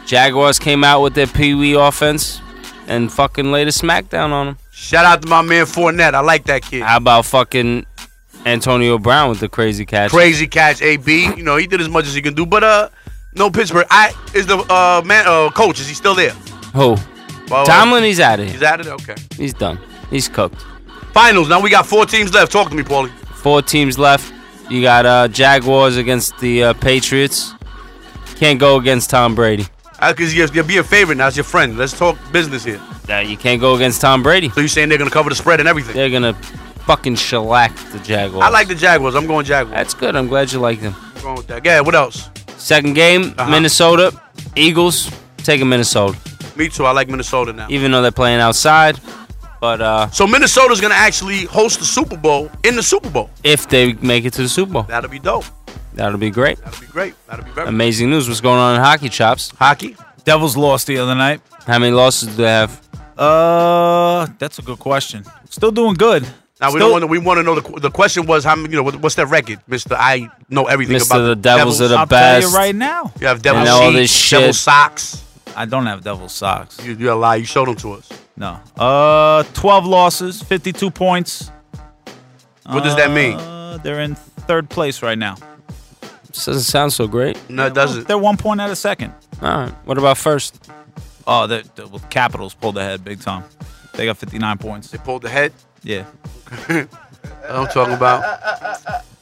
Speaker 2: Jaguars came out with their Pee Wee offense and fucking laid a smackdown on them.
Speaker 5: Shout out to my man Fournette. I like that kid.
Speaker 2: How about fucking Antonio Brown with the crazy catch?
Speaker 5: Crazy catch, AB. You know he did as much as he can do, but uh, no Pittsburgh. I is the uh man uh coach. Is he still there?
Speaker 2: Who?
Speaker 5: Well, uh,
Speaker 2: Tomlin, he's out of here.
Speaker 5: He's out of there. Okay.
Speaker 2: He's done. He's cooked.
Speaker 5: Finals. Now we got four teams left. Talk to me, Paulie.
Speaker 2: Four teams left. You got uh, Jaguars against the uh, Patriots. Can't go against Tom Brady.
Speaker 5: Because Uh, you're, you're being favorite now. It's your friend. Let's talk business here.
Speaker 2: Nah, you can't go against Tom Brady.
Speaker 5: So you're saying they're gonna cover the spread and everything?
Speaker 2: They're gonna fucking shellac the Jaguars.
Speaker 5: I like the Jaguars. I'm going Jaguars.
Speaker 2: That's good. I'm glad you like them.
Speaker 5: What's wrong with that? Yeah. What else? Uh-huh.
Speaker 2: Second game, Minnesota Eagles taking Minnesota,
Speaker 5: Me too. I like Minnesota now.
Speaker 2: even though they're playing outside. But uh,
Speaker 5: So Minnesota's gonna actually host the Super Bowl in the Super Bowl.
Speaker 2: if they make it to the Super Bowl,
Speaker 5: That'll be dope.
Speaker 2: that'll be great.
Speaker 5: That'll be great. That'll be very.
Speaker 2: Amazing news. What's going on in hockey chops?
Speaker 5: Hockey.
Speaker 4: Devils lost the other night.
Speaker 2: How many losses do they have?
Speaker 4: Uh, that's a good question. Still doing good.
Speaker 5: Now we
Speaker 4: Still-
Speaker 5: don't want to. We want to know the. qu- The question was how many. You know what, what's their record, Mister? I know everything
Speaker 2: Mr.
Speaker 5: about
Speaker 2: the Devils are the
Speaker 4: I'll
Speaker 2: best.
Speaker 4: tell you right now.
Speaker 5: You have devil
Speaker 2: And all
Speaker 5: sheets,
Speaker 2: this
Speaker 5: devil
Speaker 2: shit.
Speaker 5: socks.
Speaker 4: I don't have devil socks.
Speaker 5: You, you're a lie. Ah, You showed them to us.
Speaker 4: No. Uh, 12 losses, 52 points.
Speaker 5: What does that mean?
Speaker 4: Uh, They're in third place right now.
Speaker 2: This doesn't sound so great.
Speaker 5: No, it doesn't.
Speaker 4: They're one point out of second.
Speaker 2: All right. What about first?
Speaker 4: Oh, the, the well, Capitals pulled ahead big time. They got 59 points. They
Speaker 5: pulled ahead?
Speaker 4: Yeah.
Speaker 5: I'm talking about.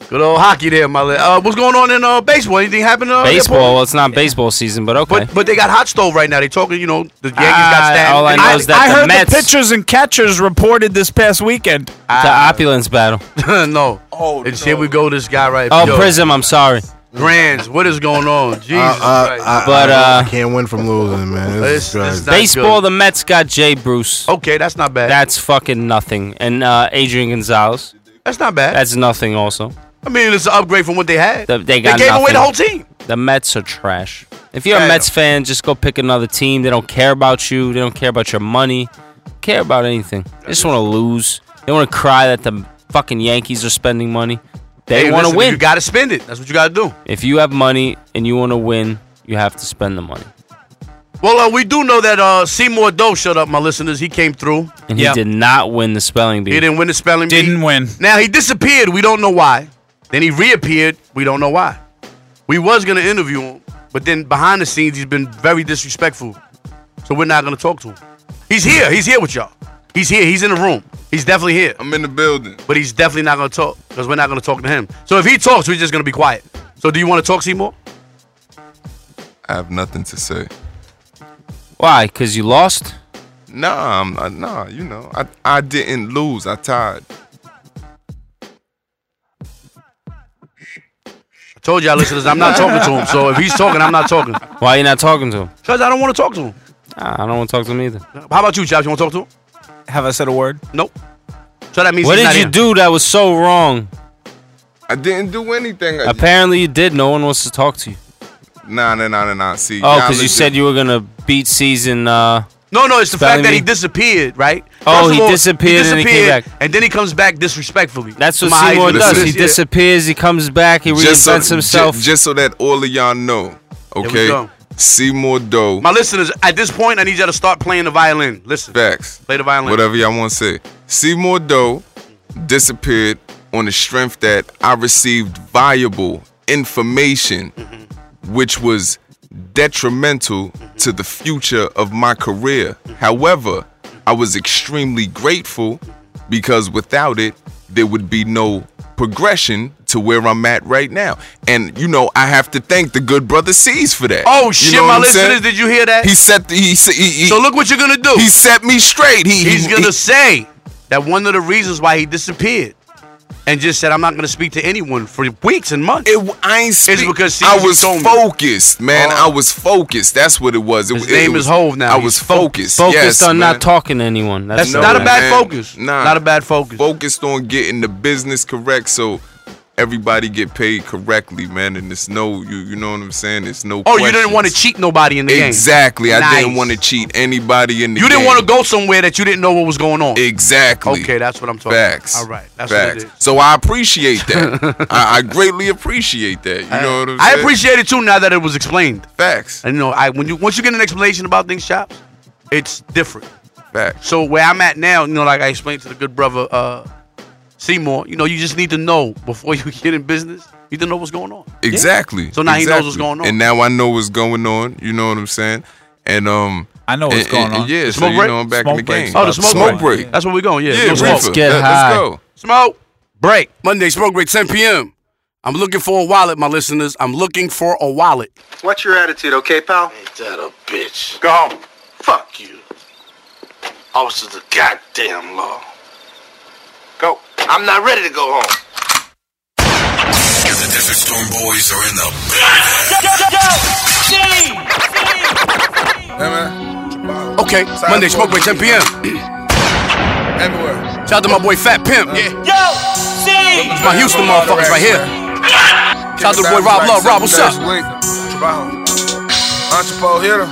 Speaker 5: Good old hockey there, my. li- Uh, what's going on in uh, baseball? Anything happening? Uh, there,
Speaker 2: baseball.
Speaker 5: Paul?
Speaker 2: Well, it's not baseball season, but okay.
Speaker 5: But they got hot stove right now. They talking. You know the Yankees got
Speaker 2: Ah,
Speaker 5: stabbed.
Speaker 2: all I know is that
Speaker 4: I
Speaker 2: the
Speaker 4: heard
Speaker 2: Mets-
Speaker 4: the pitchers and catchers reported this past weekend.
Speaker 2: the opulence battle.
Speaker 5: Ah. no. Oh, and here we go. This guy right.
Speaker 2: Oh,
Speaker 5: yo.
Speaker 2: Prism. I'm sorry.
Speaker 5: Grands, what is going on? Jesus Christ.
Speaker 2: But, uh,
Speaker 6: I can't win from losing, man. This
Speaker 5: It's-
Speaker 6: is crazy.
Speaker 5: it's not
Speaker 2: Baseball. The Mets got Jay Bruce.
Speaker 5: Okay, that's not bad.
Speaker 2: That's fucking nothing. And uh, Adrian Gonzalez.
Speaker 5: That's not bad.
Speaker 2: That's nothing. Also,
Speaker 5: I mean, it's an upgrade from what they had.
Speaker 2: The- they got
Speaker 5: gave away
Speaker 2: nothing.
Speaker 5: the whole team.
Speaker 2: the Mets are trash. If you're a Mets fan, just go pick another team. They don't care about you. They don't care about your money. Don't care about anything. They just want to lose. They want to cry that the fucking Yankees are spending money. They
Speaker 5: Hey,
Speaker 2: want
Speaker 5: listen,
Speaker 2: to win.
Speaker 5: You got to spend it. That's what you got to do.
Speaker 2: if you have money and you want to win, you have to spend the money.
Speaker 5: Well, uh, we do know that uh, Seymour Doe shut up, my listeners. He came through.
Speaker 2: And he did not win the spelling bee.
Speaker 5: He didn't win the spelling bee.
Speaker 4: Didn't win.
Speaker 5: Now he disappeared. We don't know why. Then he reappeared. We don't know why. We was gonna interview him, but then behind the scenes he's been very disrespectful. So we're not gonna talk to him. He's here. He's here with y'all. He's here. He's in the room. He's definitely here. I'm in the building. But he's definitely not gonna talk because we're not gonna talk to him. So if he talks, we're just gonna be quiet. So do you want to talk, Seymour?
Speaker 10: I have nothing to say.
Speaker 2: Why? Cause you lost?
Speaker 10: Nah, I'm, uh, nah. You know, I I didn't lose. I tied.
Speaker 5: I told y'all listeners, I'm not talking to him. So if he's talking, I'm not talking.
Speaker 2: Why you not talking to him?
Speaker 5: Cause I don't want to talk to him.
Speaker 2: Nah, I don't want to talk to him either.
Speaker 5: How about you, Josh? You want to talk to him?
Speaker 4: Have I said a word?
Speaker 5: Nope. So that means
Speaker 2: what
Speaker 5: he's
Speaker 2: did
Speaker 5: not
Speaker 2: you
Speaker 5: here.
Speaker 2: do that was so wrong?
Speaker 10: I didn't do anything. I-
Speaker 2: Apparently you did. No one wants to talk to you.
Speaker 10: Nah, nah, nah, nah, nah. See.
Speaker 2: Oh,
Speaker 10: y'all
Speaker 2: because you
Speaker 10: legit-
Speaker 2: said you were gonna beat season. Uh,
Speaker 5: No, no, it's the fact
Speaker 2: spelling
Speaker 5: that he
Speaker 2: bee.
Speaker 5: disappeared, right?
Speaker 2: Oh,
Speaker 5: First of
Speaker 2: he disappeared and he came
Speaker 5: disappeared, and then he comes back disrespectfully.
Speaker 2: That's
Speaker 5: To
Speaker 2: what
Speaker 5: my
Speaker 2: Seymour
Speaker 5: idea.
Speaker 2: does.
Speaker 5: Listen,
Speaker 2: He
Speaker 5: yeah.
Speaker 2: disappears. He comes back. He
Speaker 10: Just so-
Speaker 2: reinvents himself.
Speaker 10: ju- Just, so that all of y'all know, okay?
Speaker 5: go.
Speaker 10: Seymour Doe.
Speaker 5: My listeners, at this point, I need y'all to start playing the violin. Listen,
Speaker 10: Facts.
Speaker 5: play the violin.
Speaker 10: Whatever y'all want to say. Seymour Doe disappeared on the strength that I received valuable information,
Speaker 5: Mm-hmm.
Speaker 10: which was detrimental to the future of my career. However, I was extremely grateful because without it, there would be no progression to where I'm at right now. And you know, I have to thank the good brother C's for that.
Speaker 5: Oh
Speaker 10: You
Speaker 5: shit,
Speaker 10: know what
Speaker 5: my
Speaker 10: I'm saying?
Speaker 5: listeners, did you hear that?
Speaker 10: He set the, he, he, he
Speaker 5: So look what you're gonna do.
Speaker 10: He set me straight. He,
Speaker 5: he's gonna say that one of the reasons why he disappeared and just said, "I'm not gonna speak to anyone for weeks and months."
Speaker 10: It, I ain't
Speaker 5: It's because
Speaker 10: I
Speaker 5: Caesar
Speaker 10: was
Speaker 5: told me. Uh-huh.
Speaker 10: focused, man. I was focused. That's what it was. It,
Speaker 5: His
Speaker 10: it- it
Speaker 5: name
Speaker 10: was-
Speaker 5: is Hove now.
Speaker 10: I
Speaker 5: He's
Speaker 10: was
Speaker 5: fo-
Speaker 10: focused.
Speaker 2: focused
Speaker 10: yes,
Speaker 2: on
Speaker 10: man.
Speaker 2: not talking to anyone. That's,
Speaker 10: No,
Speaker 2: all that
Speaker 10: man.
Speaker 2: matters.
Speaker 10: Nah.
Speaker 5: Not a bad focus.
Speaker 10: Focused on getting the business correct so everybody get paid correctly, man. And it's no, you you know what I'm saying? It's no.
Speaker 5: Oh, you didn't want to cheat nobody in the game.
Speaker 10: Exactly. I didn't
Speaker 5: Nice.
Speaker 10: want to cheat anybody in the
Speaker 5: You
Speaker 10: game.
Speaker 5: didn't want to go somewhere that you didn't know what was going on.
Speaker 10: Exactly.
Speaker 5: Okay, that's what I'm talking.
Speaker 10: Facts.
Speaker 5: About. All right, that's what it
Speaker 10: Facts.
Speaker 5: is.
Speaker 10: So I appreciate that. I, I greatly appreciate that. You know what I'm
Speaker 5: I
Speaker 10: saying?
Speaker 5: appreciate it too now that it was explained.
Speaker 10: Facts.
Speaker 5: And you know, I when you once you get an explanation about things, shops, it's different.
Speaker 10: Facts.
Speaker 5: So where I'm at now, you know, like I explained to the good brother uh Seymour, you know, you just need to know before you get in business, you need to know what's going on.
Speaker 10: Exactly.
Speaker 5: So now he knows
Speaker 10: Exactly.
Speaker 5: what's going on.
Speaker 10: And now I know what's going on. You know what I'm saying? And um
Speaker 4: I know
Speaker 5: what's going on.
Speaker 10: yeah,
Speaker 5: The
Speaker 10: so
Speaker 5: smoke
Speaker 10: you
Speaker 5: break?
Speaker 10: know I'm back
Speaker 5: Smoke
Speaker 10: in the
Speaker 5: break.
Speaker 10: game.
Speaker 5: Oh, the smoke break.
Speaker 10: break.
Speaker 5: That's where we going. Yeah,
Speaker 10: Yeah,
Speaker 5: no smoke.
Speaker 10: reefer.
Speaker 5: Let's get
Speaker 10: Let-
Speaker 5: high.
Speaker 10: Let's go.
Speaker 5: Smoke break. Monday, smoke break, 10 p.m. I'm looking for a wallet, my listeners. I'm looking for a wallet.
Speaker 14: What's your attitude, okay, pal? Ain't that a bitch? Go home. Fuck you. Officers of the goddamn law. Go. I'm not ready to go home.
Speaker 13: The Desert Storm Boys are in the
Speaker 5: Okay, Monday, smoke break, 10 p.m. Everywhere. Shout out to my boy Fat Pimp. Yeah. Yo, see. It's my Houston motherfuckers right here. Shout out to the boy Rob Love. Rob, what's up?
Speaker 15: Entrepot hitter.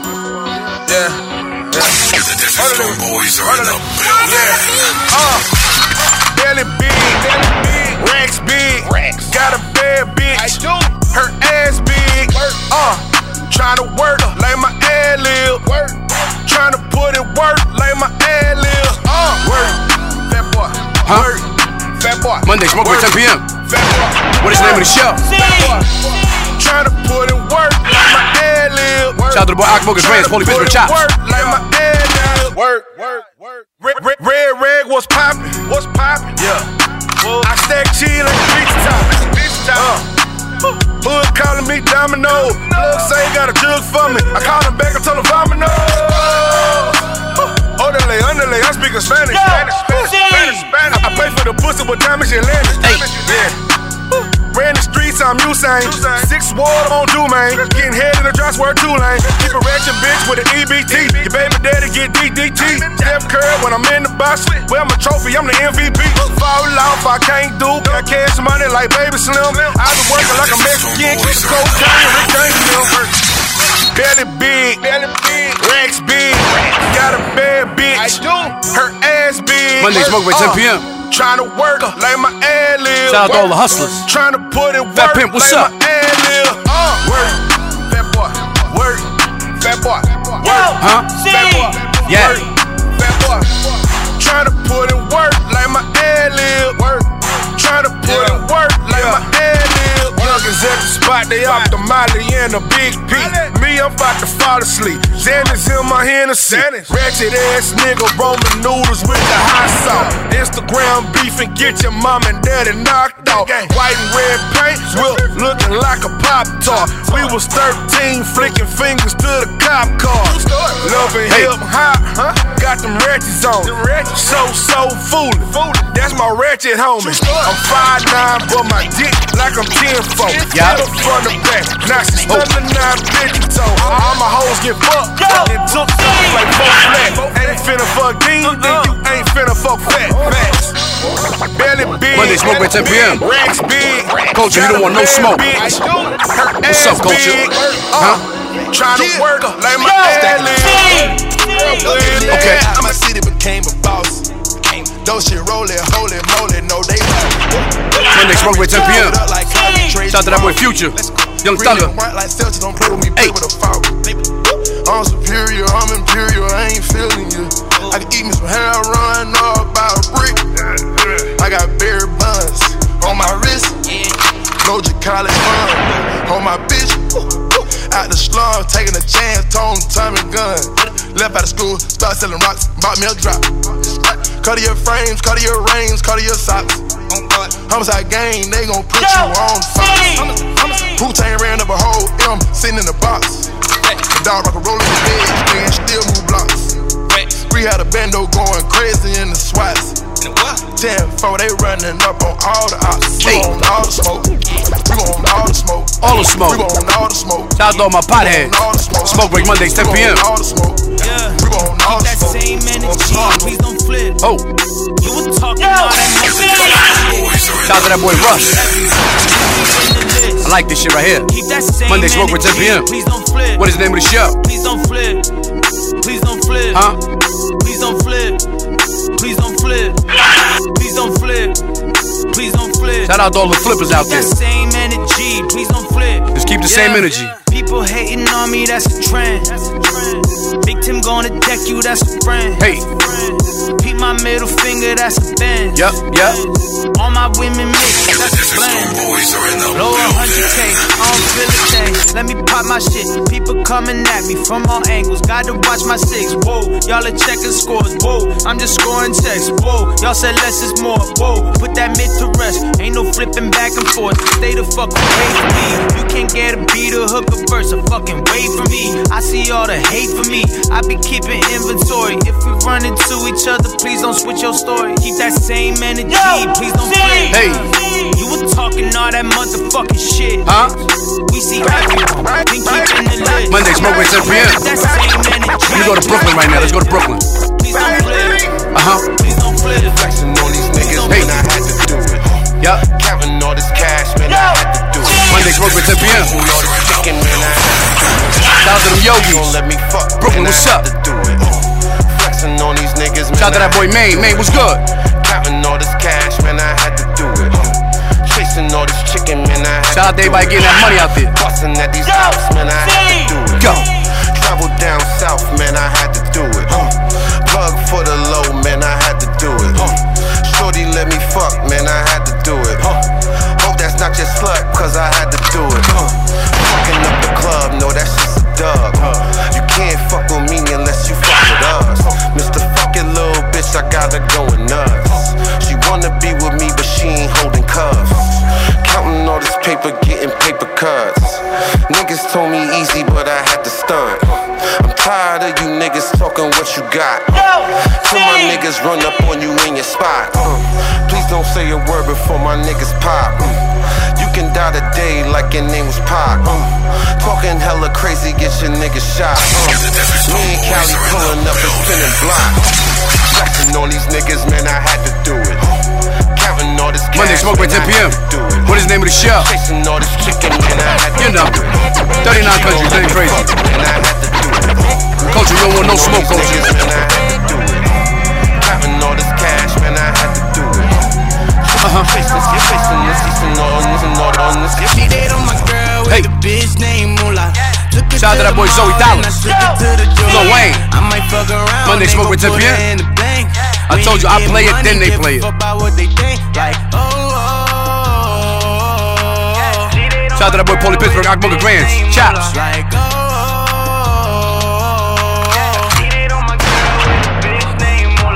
Speaker 15: Yeah. yeah. The Desert Storm Boys are in the Yeah. Uh, belly big, belly big. Racks big. Racks. Got a bad bitch. I do. Her ass big. Work. Uh, tryna work. Lay my ad lib. Work. Tryna put it work. Lay my ad lib. Uh, work. Fat boy.
Speaker 5: Huh?
Speaker 15: Work. Fat boy.
Speaker 5: Monday, smoke break, 10 p.m. What is the name of the show?
Speaker 15: Trying to put in work like my ad lib.
Speaker 5: Shout out to the boy Ock Bogus Reyes, Holy Pittsburgh Chops.
Speaker 15: Work like my ad lib. Work, work, work. Red, red, red rag, what's poppin'? What's poppin'? Yeah. I stack cheese like a bitch top. Bitch top. Uh. Hood calling me Domino. Plug say he got a jug for me. I call him back and tell him vomino. Underlay, underlay, I speak in Spanish. Spanish, Spanish, Spanish, Spanish. I pay for the pussy with diamonds and landings. Yeah. Ran the streets, I'm Usain. Six water on Dumain. Getting head in the drop, swear two lane. Keep a ratchet bitch with an EBT. Your baby daddy get DDT. Step curve when I'm in the box. Wear my trophy, I'm the MVP. Fall off, I can't do. Got cash money like Baby Slim. I been working like a Mexican. Get the cocaine, Rick James. Belly big, belly big, racks big. Got a bad bitch. I do. Her ass big. Uh,
Speaker 5: Monday, smoke break, 10 p.m..
Speaker 15: Tryna work like my ad lib.
Speaker 5: Shout out to all the hustlers.
Speaker 15: Tryna put it
Speaker 5: Fat
Speaker 15: work
Speaker 5: Pimp, what's
Speaker 15: like
Speaker 5: up?
Speaker 15: my ad lib. Uh, work, fat boy, work, fat boy, work,
Speaker 5: Huh?
Speaker 15: Fat boy,
Speaker 5: Yeah.
Speaker 15: work, fat boy. Tryna put it work like my ad lib. Work. Tryna put it work like my ad lib. Yeah. Motherfuckers at the spot, they off the Molly and the Big P. Me, I'm about to fall asleep. Xanax in my Hennessy. Ratchet ass nigga, Roman noodles with the hot sauce. Instagram beef and get your mom and daddy knocked off. White and red paint, will looking like a pop tart. We was 13, flicking fingers to the cop car. Loving
Speaker 5: Hey.
Speaker 15: hip hop, huh? Got them ratchets on. So, so foolish. That's my ratchet homie. I'm 5'9, but my dick like I'm 10'4. Yep. front to back. Now she's thumbing nine bitches, so all my hoes get fucked. And took off like four flat. Uh-uh. Oh. Ain't finna fuck Dean, then you ain't finna fuck Fat Max. Belly big.
Speaker 5: Monday smoke at 10 p.m.
Speaker 15: Racks big.
Speaker 5: Culture, you don't want no smoke.
Speaker 15: What's
Speaker 5: What's up, Culture?
Speaker 15: Huh?
Speaker 10: uh,
Speaker 15: Trying to work like my alley.
Speaker 16: Okay. I'm a city became a boss. Though she roll it, holy moly, no they won't.
Speaker 5: Monday smoke with 10 p.m.
Speaker 16: Like concentrate.
Speaker 5: Shout out to that boy Future, Young Thugger.
Speaker 16: Right like Celtics, don't play with me, play with a foul. I'm superior, I'm imperial, I ain't feeling you. I can eat me some hair, run all by a brick. I got beer buns on my wrist. Loja college fund on my bitch. Out the slum, taking a chance, tone, time and gun. Left out of school, start selling rocks, bought me a drop. Cut your frames, cut your reins, cut your socks. Homicide gang, they gon' put you on socks. Pootain ran up a whole M, sitting in the box. The dog rock a roll in his bed, man, still move blocks. We had a bando going crazy in the swats. 10-4, they running up on all the ops. We on all the smoke. We on all the smoke.
Speaker 5: All the smoke.
Speaker 16: We on all the smoke.
Speaker 5: Shout out to all my potheads. Smoke break Mondays, 10 p.m.
Speaker 16: We on all the smoke. We on all the smoke.
Speaker 5: Oh. Shout out to that boy Rush. I like this shit right here. Monday smoke with 10 p.m. What is the name of the show?
Speaker 17: Please don't flip. Please don't flip.
Speaker 5: Huh?
Speaker 17: Please don't flip. Please don't flip. Please don't flip. Please don't flip.
Speaker 5: Shout out to all the flippers out there.
Speaker 17: That same energy. Please don't flip.
Speaker 5: Just keep the same energy.
Speaker 17: People hating on me, that's a trend. Big Tim gonna deck you, that's a friend.
Speaker 5: Hey.
Speaker 17: Peep my middle finger, that's a bend.
Speaker 5: Yep, yep.
Speaker 17: All my women mix, that's a blend. Low 100k, I don't feel a thing. Let me pop my shit. People coming at me from all angles. Gotta watch my six. Whoa, y'all are checking scores. Whoa, I'm just scoring checks. Whoa, y'all said less is more. Whoa, put that mid to rest. Ain't no flipping back and forth. Stay the fuck away from me. You can't get a beat or hook a verse or fucking wait for me. I see all the hate for me. I be keeping inventory. If we run into each other, please don't switch your story. Keep that same energy. please don't flip.
Speaker 5: Hey.
Speaker 17: You were talking all that motherfucking shit.
Speaker 5: Huh?
Speaker 17: We see everyone. Been keeping the lid.
Speaker 5: Monday smoke break 10 p.m.
Speaker 17: Keep that same energy.
Speaker 5: Let me go to Brooklyn right now. Let's go to Brooklyn.
Speaker 17: Please don't flip.
Speaker 5: Uh huh.
Speaker 17: Please don't flip.
Speaker 16: Flexing on these niggas when I had to do it.
Speaker 5: Yup.
Speaker 16: Counting all this cash, man, I had to do it.
Speaker 5: Monday smoke with 10 p.m.
Speaker 16: All this chicken, man, I had to do it.
Speaker 5: Shout out to them yogis.
Speaker 16: Don't let me fuck,
Speaker 5: Brooklyn,
Speaker 16: man,
Speaker 5: what's
Speaker 16: I
Speaker 5: up?
Speaker 16: had to do it. Uh, Flexing on these niggas, man,
Speaker 5: Shout out to
Speaker 16: I
Speaker 5: that boy
Speaker 16: had
Speaker 5: Maine.
Speaker 16: do
Speaker 5: Maine,
Speaker 16: it.
Speaker 5: what's good?
Speaker 16: Counting all this cash, man, I had to do it. Uh, Chasing all this chicken, man, I had
Speaker 5: Shout out to
Speaker 16: to do
Speaker 5: everybody
Speaker 16: it.
Speaker 5: getting that money out there.
Speaker 16: Busting at these ops, man, I had to do it. Go. Travel down south, man, I had to do it. Plug for the low, man, I had to do it. Shorty let me fuck, man, I had to do it. Hope that's not your slut, cause I had to do it. Fucking up the club, no, that shit's a dub. You can't fuck with me unless you fuck with us. Mr. Fucking little bitch, I got her going nuts. She wanna be with me, but she ain't holding cuffs. Counting all this paper, getting paper cuts. Niggas told me easy, but I had to stunt. I'm tired of you niggas talking what you got. Till my niggas run up on you in your spot. Uh, Please don't say a word before my niggas pop. Uh, You can die today like your name was Pac. Uh, Talking hella crazy, get your niggas shot. Uh, Me and Cali pulling up and spinning block. Flexing on these niggas, man, I had to do it. Counting all this
Speaker 5: Monday
Speaker 16: cash,
Speaker 5: smoke with
Speaker 16: man,
Speaker 5: 10
Speaker 16: I had
Speaker 5: p.m.
Speaker 16: to do it.
Speaker 5: What is the name of the show?
Speaker 16: Chasing all this chicken, and I had to
Speaker 5: You know, 39 countries, nothing crazy. Culture, you don't want no smoke, culture.
Speaker 16: Counting all this cash, man, I had to do it. Uh-huh. Facing, you're facing this, facing all this, and all on this. She did on my girl with hey. the bitch named Moolah.
Speaker 5: Shout out to that boy Zoe Dallas. Lil Wayne. Monday smoke with 10 p.m. I told you, I play it, then they play it.
Speaker 16: About what they think, like, oh, oh, oh, oh.
Speaker 5: Shout out to that boy Polly Pittsburgh, Ockbooker Grands. Chops.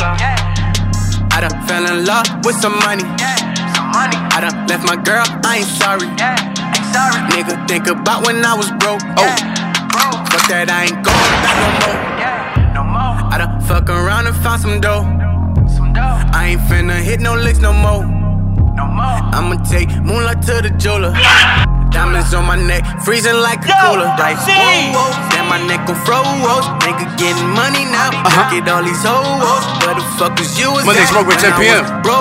Speaker 18: I done fell in love with some money. I done left my girl, I ain't sorry. Nigga, think about when I was broke. Oh, fuck that, I ain't going back no more. I done fuck around and found some dough. I ain't finna hit no licks no more. I'ma take moonlight to the jeweler. Diamonds on my neck, freezing like a cooler. Like, whoa, whoa, damn, my neck gon' froze. Nigga getting money now. Look at all these hoes. Where the fuck was you? was
Speaker 5: Mondays,
Speaker 18: at
Speaker 5: Smoke with 10
Speaker 18: when I
Speaker 5: p.m..
Speaker 18: was Bro,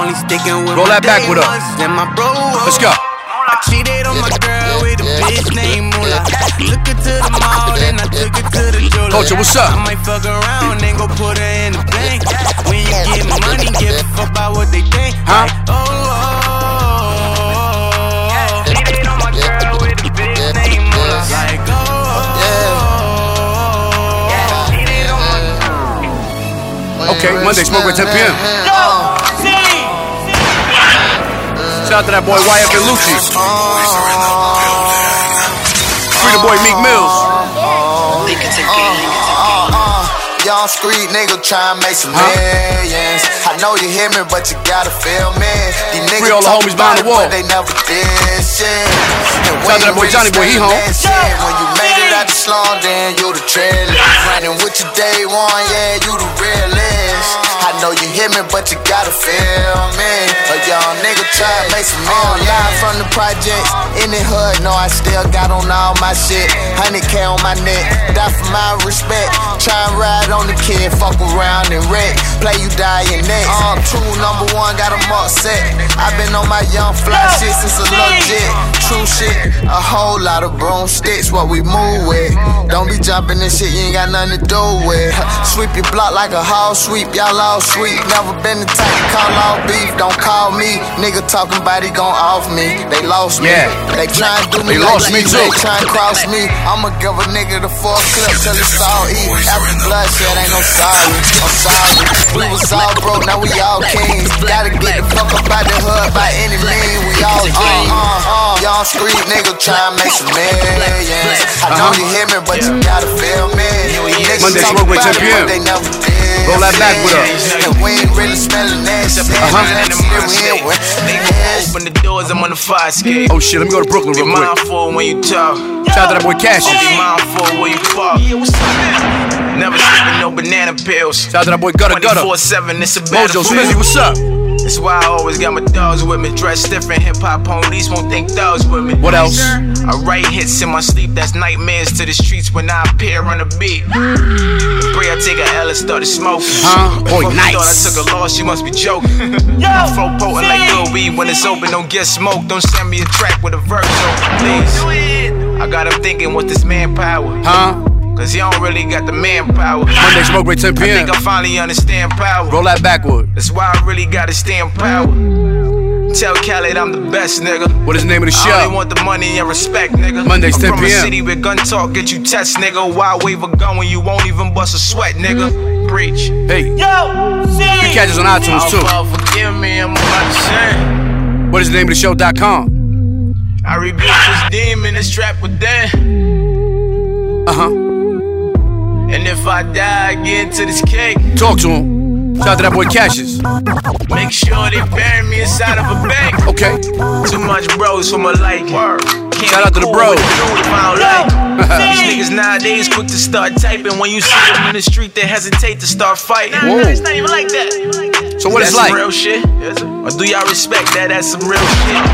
Speaker 18: only sticking with
Speaker 5: Roll
Speaker 18: my
Speaker 5: that back
Speaker 18: day
Speaker 5: with us.
Speaker 18: ones And my bro,
Speaker 5: Let's go.
Speaker 18: I cheated on my girl with a bitch named Moolah. Took her to the mall and I took her to the jeweler.
Speaker 5: Culture, what's up?
Speaker 18: I might fuck around and go put her in the bank. When you get money, give a fuck about what they think. Huh? Like, oh, oh, oh, oh. Cheated on my girl with a bitch named Moolah. Like, oh, oh, oh, oh. Cheated on my
Speaker 5: Okay, Monday, smoke with 10 p.m. Shout out to that boy YF and Lucci. Free the boy Meek Mills.
Speaker 19: Uh, Young street nigga try and make some millions. I know you hear me, but you gotta feel me. These niggas
Speaker 5: Free all the
Speaker 19: talk
Speaker 5: homies behind the
Speaker 19: about it,
Speaker 5: wall.
Speaker 19: but They never did shit. And
Speaker 5: Shout out to that boy
Speaker 19: you
Speaker 5: Johnny Boy, he
Speaker 19: stand
Speaker 5: home.
Speaker 19: that shit, When you made it out the slum, then you the trailest. Running with your day one, yeah, you the realest. I know you hear me, but you gotta feel me. A young nigga try and make some millions. Live from the projects in the hood, no, I still got on all my shit. 100k on my neck, die for my respect. Try and ride on the kid, fuck around and wreck. Play you dying next. Um, true number one, got 'em upset. i been on my young fly shit since a legit. True shit, a whole lot of broomsticks, what we move with. Don't be jumping this shit, you ain't got nothing to do with. Sweep your block like a hall sweep, y'all all sweep. Never been the type to call out beef, don't call me. Nigga talking about he gon' off me. They lost me.
Speaker 5: Yeah.
Speaker 19: They trying to do me
Speaker 5: They
Speaker 19: like
Speaker 5: lost me
Speaker 19: these.
Speaker 5: too.
Speaker 19: They trying to cross me. I'ma give a nigga the full clip till it's all eat. After bloodshed, ain't no sorry. I'm sorry. We was all broke, now we all kings. Gotta get the fuck up out the hood by any means. We all uh, uh, uh. Y'all street nigga trying to make some millions. I know
Speaker 5: Uh-huh.
Speaker 19: you hear me, but you gotta feel me. Niggas
Speaker 5: Monday,
Speaker 19: talk
Speaker 5: smoke with
Speaker 19: about
Speaker 5: 10
Speaker 19: it, but
Speaker 5: p.m..
Speaker 19: they never did.
Speaker 5: Roll that back with us.
Speaker 19: And we ain't really smelling that shit.
Speaker 5: Uh-huh.
Speaker 18: Open the doors, I'm on the fire escape.
Speaker 5: Oh shit, let me go to Brooklyn real
Speaker 18: Be
Speaker 5: quick.
Speaker 18: mindful when you talk.
Speaker 5: Shout out to that boy Cassius.
Speaker 18: Be mindful where you park. Never slipping no banana pills.
Speaker 5: Shout out to that boy Gutter Gutter.
Speaker 18: 24/7, it's a
Speaker 5: Mojo
Speaker 18: battlefield.
Speaker 5: Smithy, what's up?
Speaker 18: That's why I always got my dogs with me. Dressed different, hip hop police won't think dogs with me.
Speaker 5: What else?
Speaker 18: I write hits in my sleep, that's nightmares to the streets when I appear on the beat. Pray I take a L and started smoking.
Speaker 5: Huh? Boy,
Speaker 18: Fuck, you
Speaker 5: nice.
Speaker 18: Thought I took a loss, you must be joking. My flow potent like Lil Weed when it's open, don't get smoked. Don't send me a track with a verse open, please. I got him thinking, what's this manpower?
Speaker 5: Huh?
Speaker 18: Cause y'all don't really got the manpower.
Speaker 5: Monday, smoke break 10
Speaker 18: I
Speaker 5: p.m.
Speaker 18: think I finally understand power.
Speaker 5: Roll that backward.
Speaker 18: That's why I really gotta stand power. Tell Khaled I'm the best, nigga.
Speaker 5: What is the name of the show?
Speaker 18: I only want the money and respect, nigga.
Speaker 5: Mondays,
Speaker 18: I'm
Speaker 5: 10
Speaker 18: from a
Speaker 5: p.m..
Speaker 18: city where gun talk get you test, nigga. Why wave a gun when you won't even bust a sweat, nigga? Preach.
Speaker 5: Hey.
Speaker 18: Yo, see.
Speaker 5: You can catch us on iTunes, too.
Speaker 18: forgive me, I'm about to sin.
Speaker 5: What is the name of the show.com?
Speaker 18: I rebuke this demon that's trapped within.
Speaker 5: Uh huh.
Speaker 18: And if I die, I get into this cake.
Speaker 5: Talk to him. Shout out to that boy Cassius.
Speaker 18: Make sure they bury me inside of a bank.
Speaker 5: Okay.
Speaker 18: Too much bros for my liking. Can't
Speaker 5: Shout out to the bros.
Speaker 18: These niggas nowadays quick to start typing. When you see them in the street, they hesitate to start fighting.
Speaker 5: Whoa.
Speaker 18: It's not even like that.
Speaker 5: So what
Speaker 18: That's
Speaker 5: it's like?
Speaker 18: Some real shit. Or do y'all respect that? That's some real shit.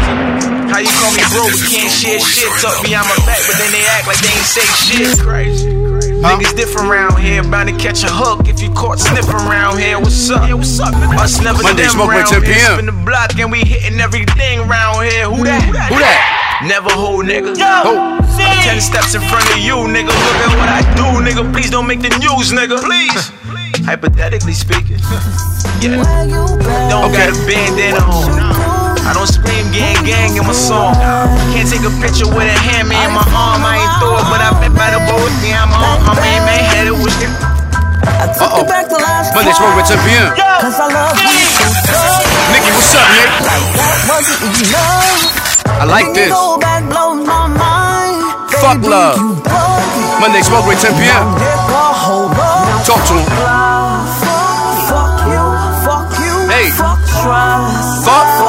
Speaker 18: How you call me bro but can't share shit? Talk behind my back, but then they act like they ain't say shit. Crazy. Niggas different around here, bound to catch a hook if you caught sniffing around here. What's up? Yeah, what's up? Us never
Speaker 5: Monday,
Speaker 18: them
Speaker 5: smoke with 10
Speaker 18: round here.
Speaker 5: p.m..
Speaker 18: Spin the block and we hitting everything round here. Who that? Who that? Never hold nigga. Yo, I'm ten steps in front of you, nigga. Look at what I do, nigga. Please don't make the news, nigga. Please. Hypothetically speaking, yeah. Don't got a bandana on. I don't scream gang gang in my song. Can't take a picture with a hammer in my arm. I ain't throw it, but I've been by the boat with me. I'm on. My main man had it with you.
Speaker 5: Uh oh. Monday, smoke break 10 p.m.
Speaker 7: Cause I love you.
Speaker 5: Nicky, what's up, Nick?
Speaker 7: That wasn't enough.
Speaker 5: I like this. Fuck love. Monday smoke break 10 p.m. Talk to him. Hey. Fuck,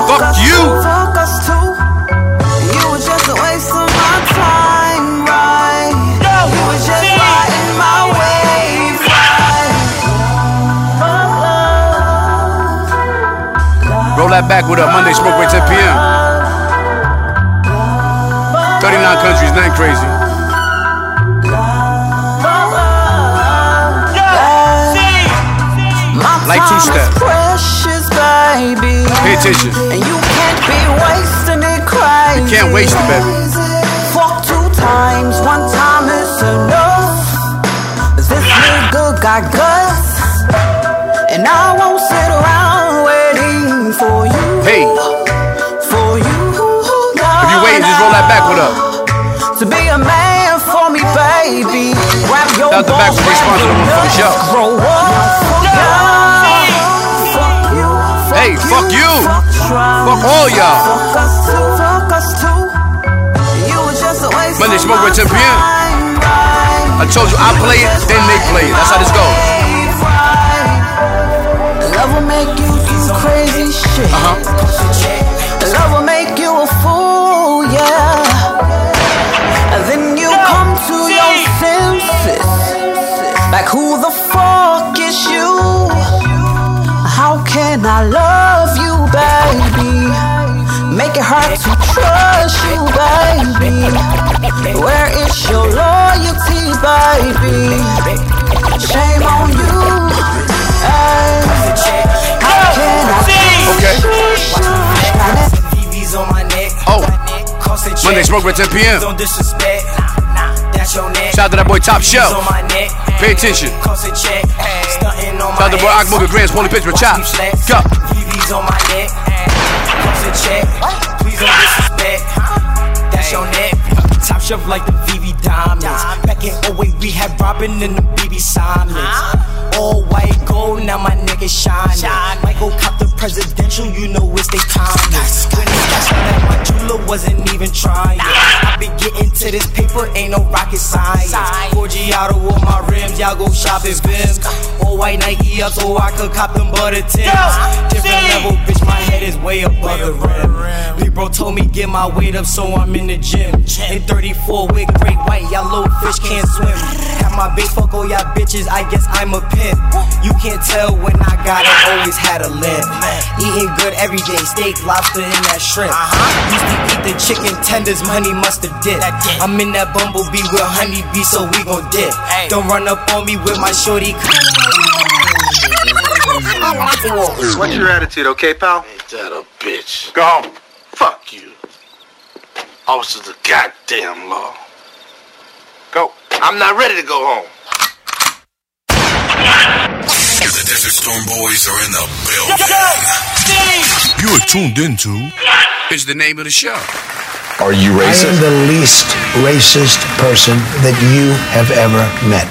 Speaker 5: fuck you. Roll that back with a Monday smoke break 10 p.m. 39 countries, nothing crazy. Like two steps.
Speaker 7: Precious baby.
Speaker 5: Pay attention.
Speaker 7: And you can't be wasting it crazy.
Speaker 5: You can't waste it, baby.
Speaker 7: Fuck two times, one time is enough. This nigga got guts. And I won't sit around waiting for you.
Speaker 5: Hey.
Speaker 7: For you.
Speaker 5: If you waiting, just roll that back with us.
Speaker 7: To be a man for me, baby. Grab your
Speaker 5: That's the back with responsible for the show.
Speaker 7: Grow up.
Speaker 5: Hey, fuck you. Fuck all y'all. Monday smoke with 10 p.m. I told you I play it, then they play it. That's how this goes.
Speaker 7: Love will make you do crazy shit. Love will make you a fool, yeah. And then you come to your senses. Like, who the fuck is you? How can I love you, baby? Make it hard to trust you, baby. Where is your loyalty, baby? Shame on you. Ay. How can I trust
Speaker 5: Oh.
Speaker 7: you?
Speaker 5: Monday smoke break 10 p.m. Shout out to that boy Top Shelf. Pay attention. Shout out to boy Akmo Grand's Holy Pitch with Chops. Go.
Speaker 20: Top shelf like the VV diamonds. Back in 08, we had Robin and the BB Simons. All white gold, now my nigga shining. Michael cop the presidential, you know it's they timing. When they got shot at, my jeweler wasn't even trying. I be getting to this paper, ain't no rocket science. Gorgiato on my rims, y'all go shopping bims. All white Nike up so I could cop them butter tips. Different level, bitch, my head is way above the rim. Big bro told me get my weight up, so I'm in the gym. In 34 with great white, y'all little fish can't swim. Have my big fuck all y'all bitches, I guess I'm a pimp. You can't tell when I got it, always had a limp. Eating good every day, steak, lobster, and that shrimp. Used to eat the chicken tenders, money must have dip. I'm in Uh-huh. that bumblebee with honeybee, so we gon' dip. Don't run up on me with my shorty.
Speaker 14: What's your attitude, okay, pal? Ain't that a bitch? Go home. Fuck you. Officer of the goddamn law. Go. I'm not ready to go home.
Speaker 13: The Desert Storm Boys are in the building. You are tuned into
Speaker 5: Is the name of the show.
Speaker 21: Are you
Speaker 5: racist?
Speaker 21: I am the least racist person that you have ever met.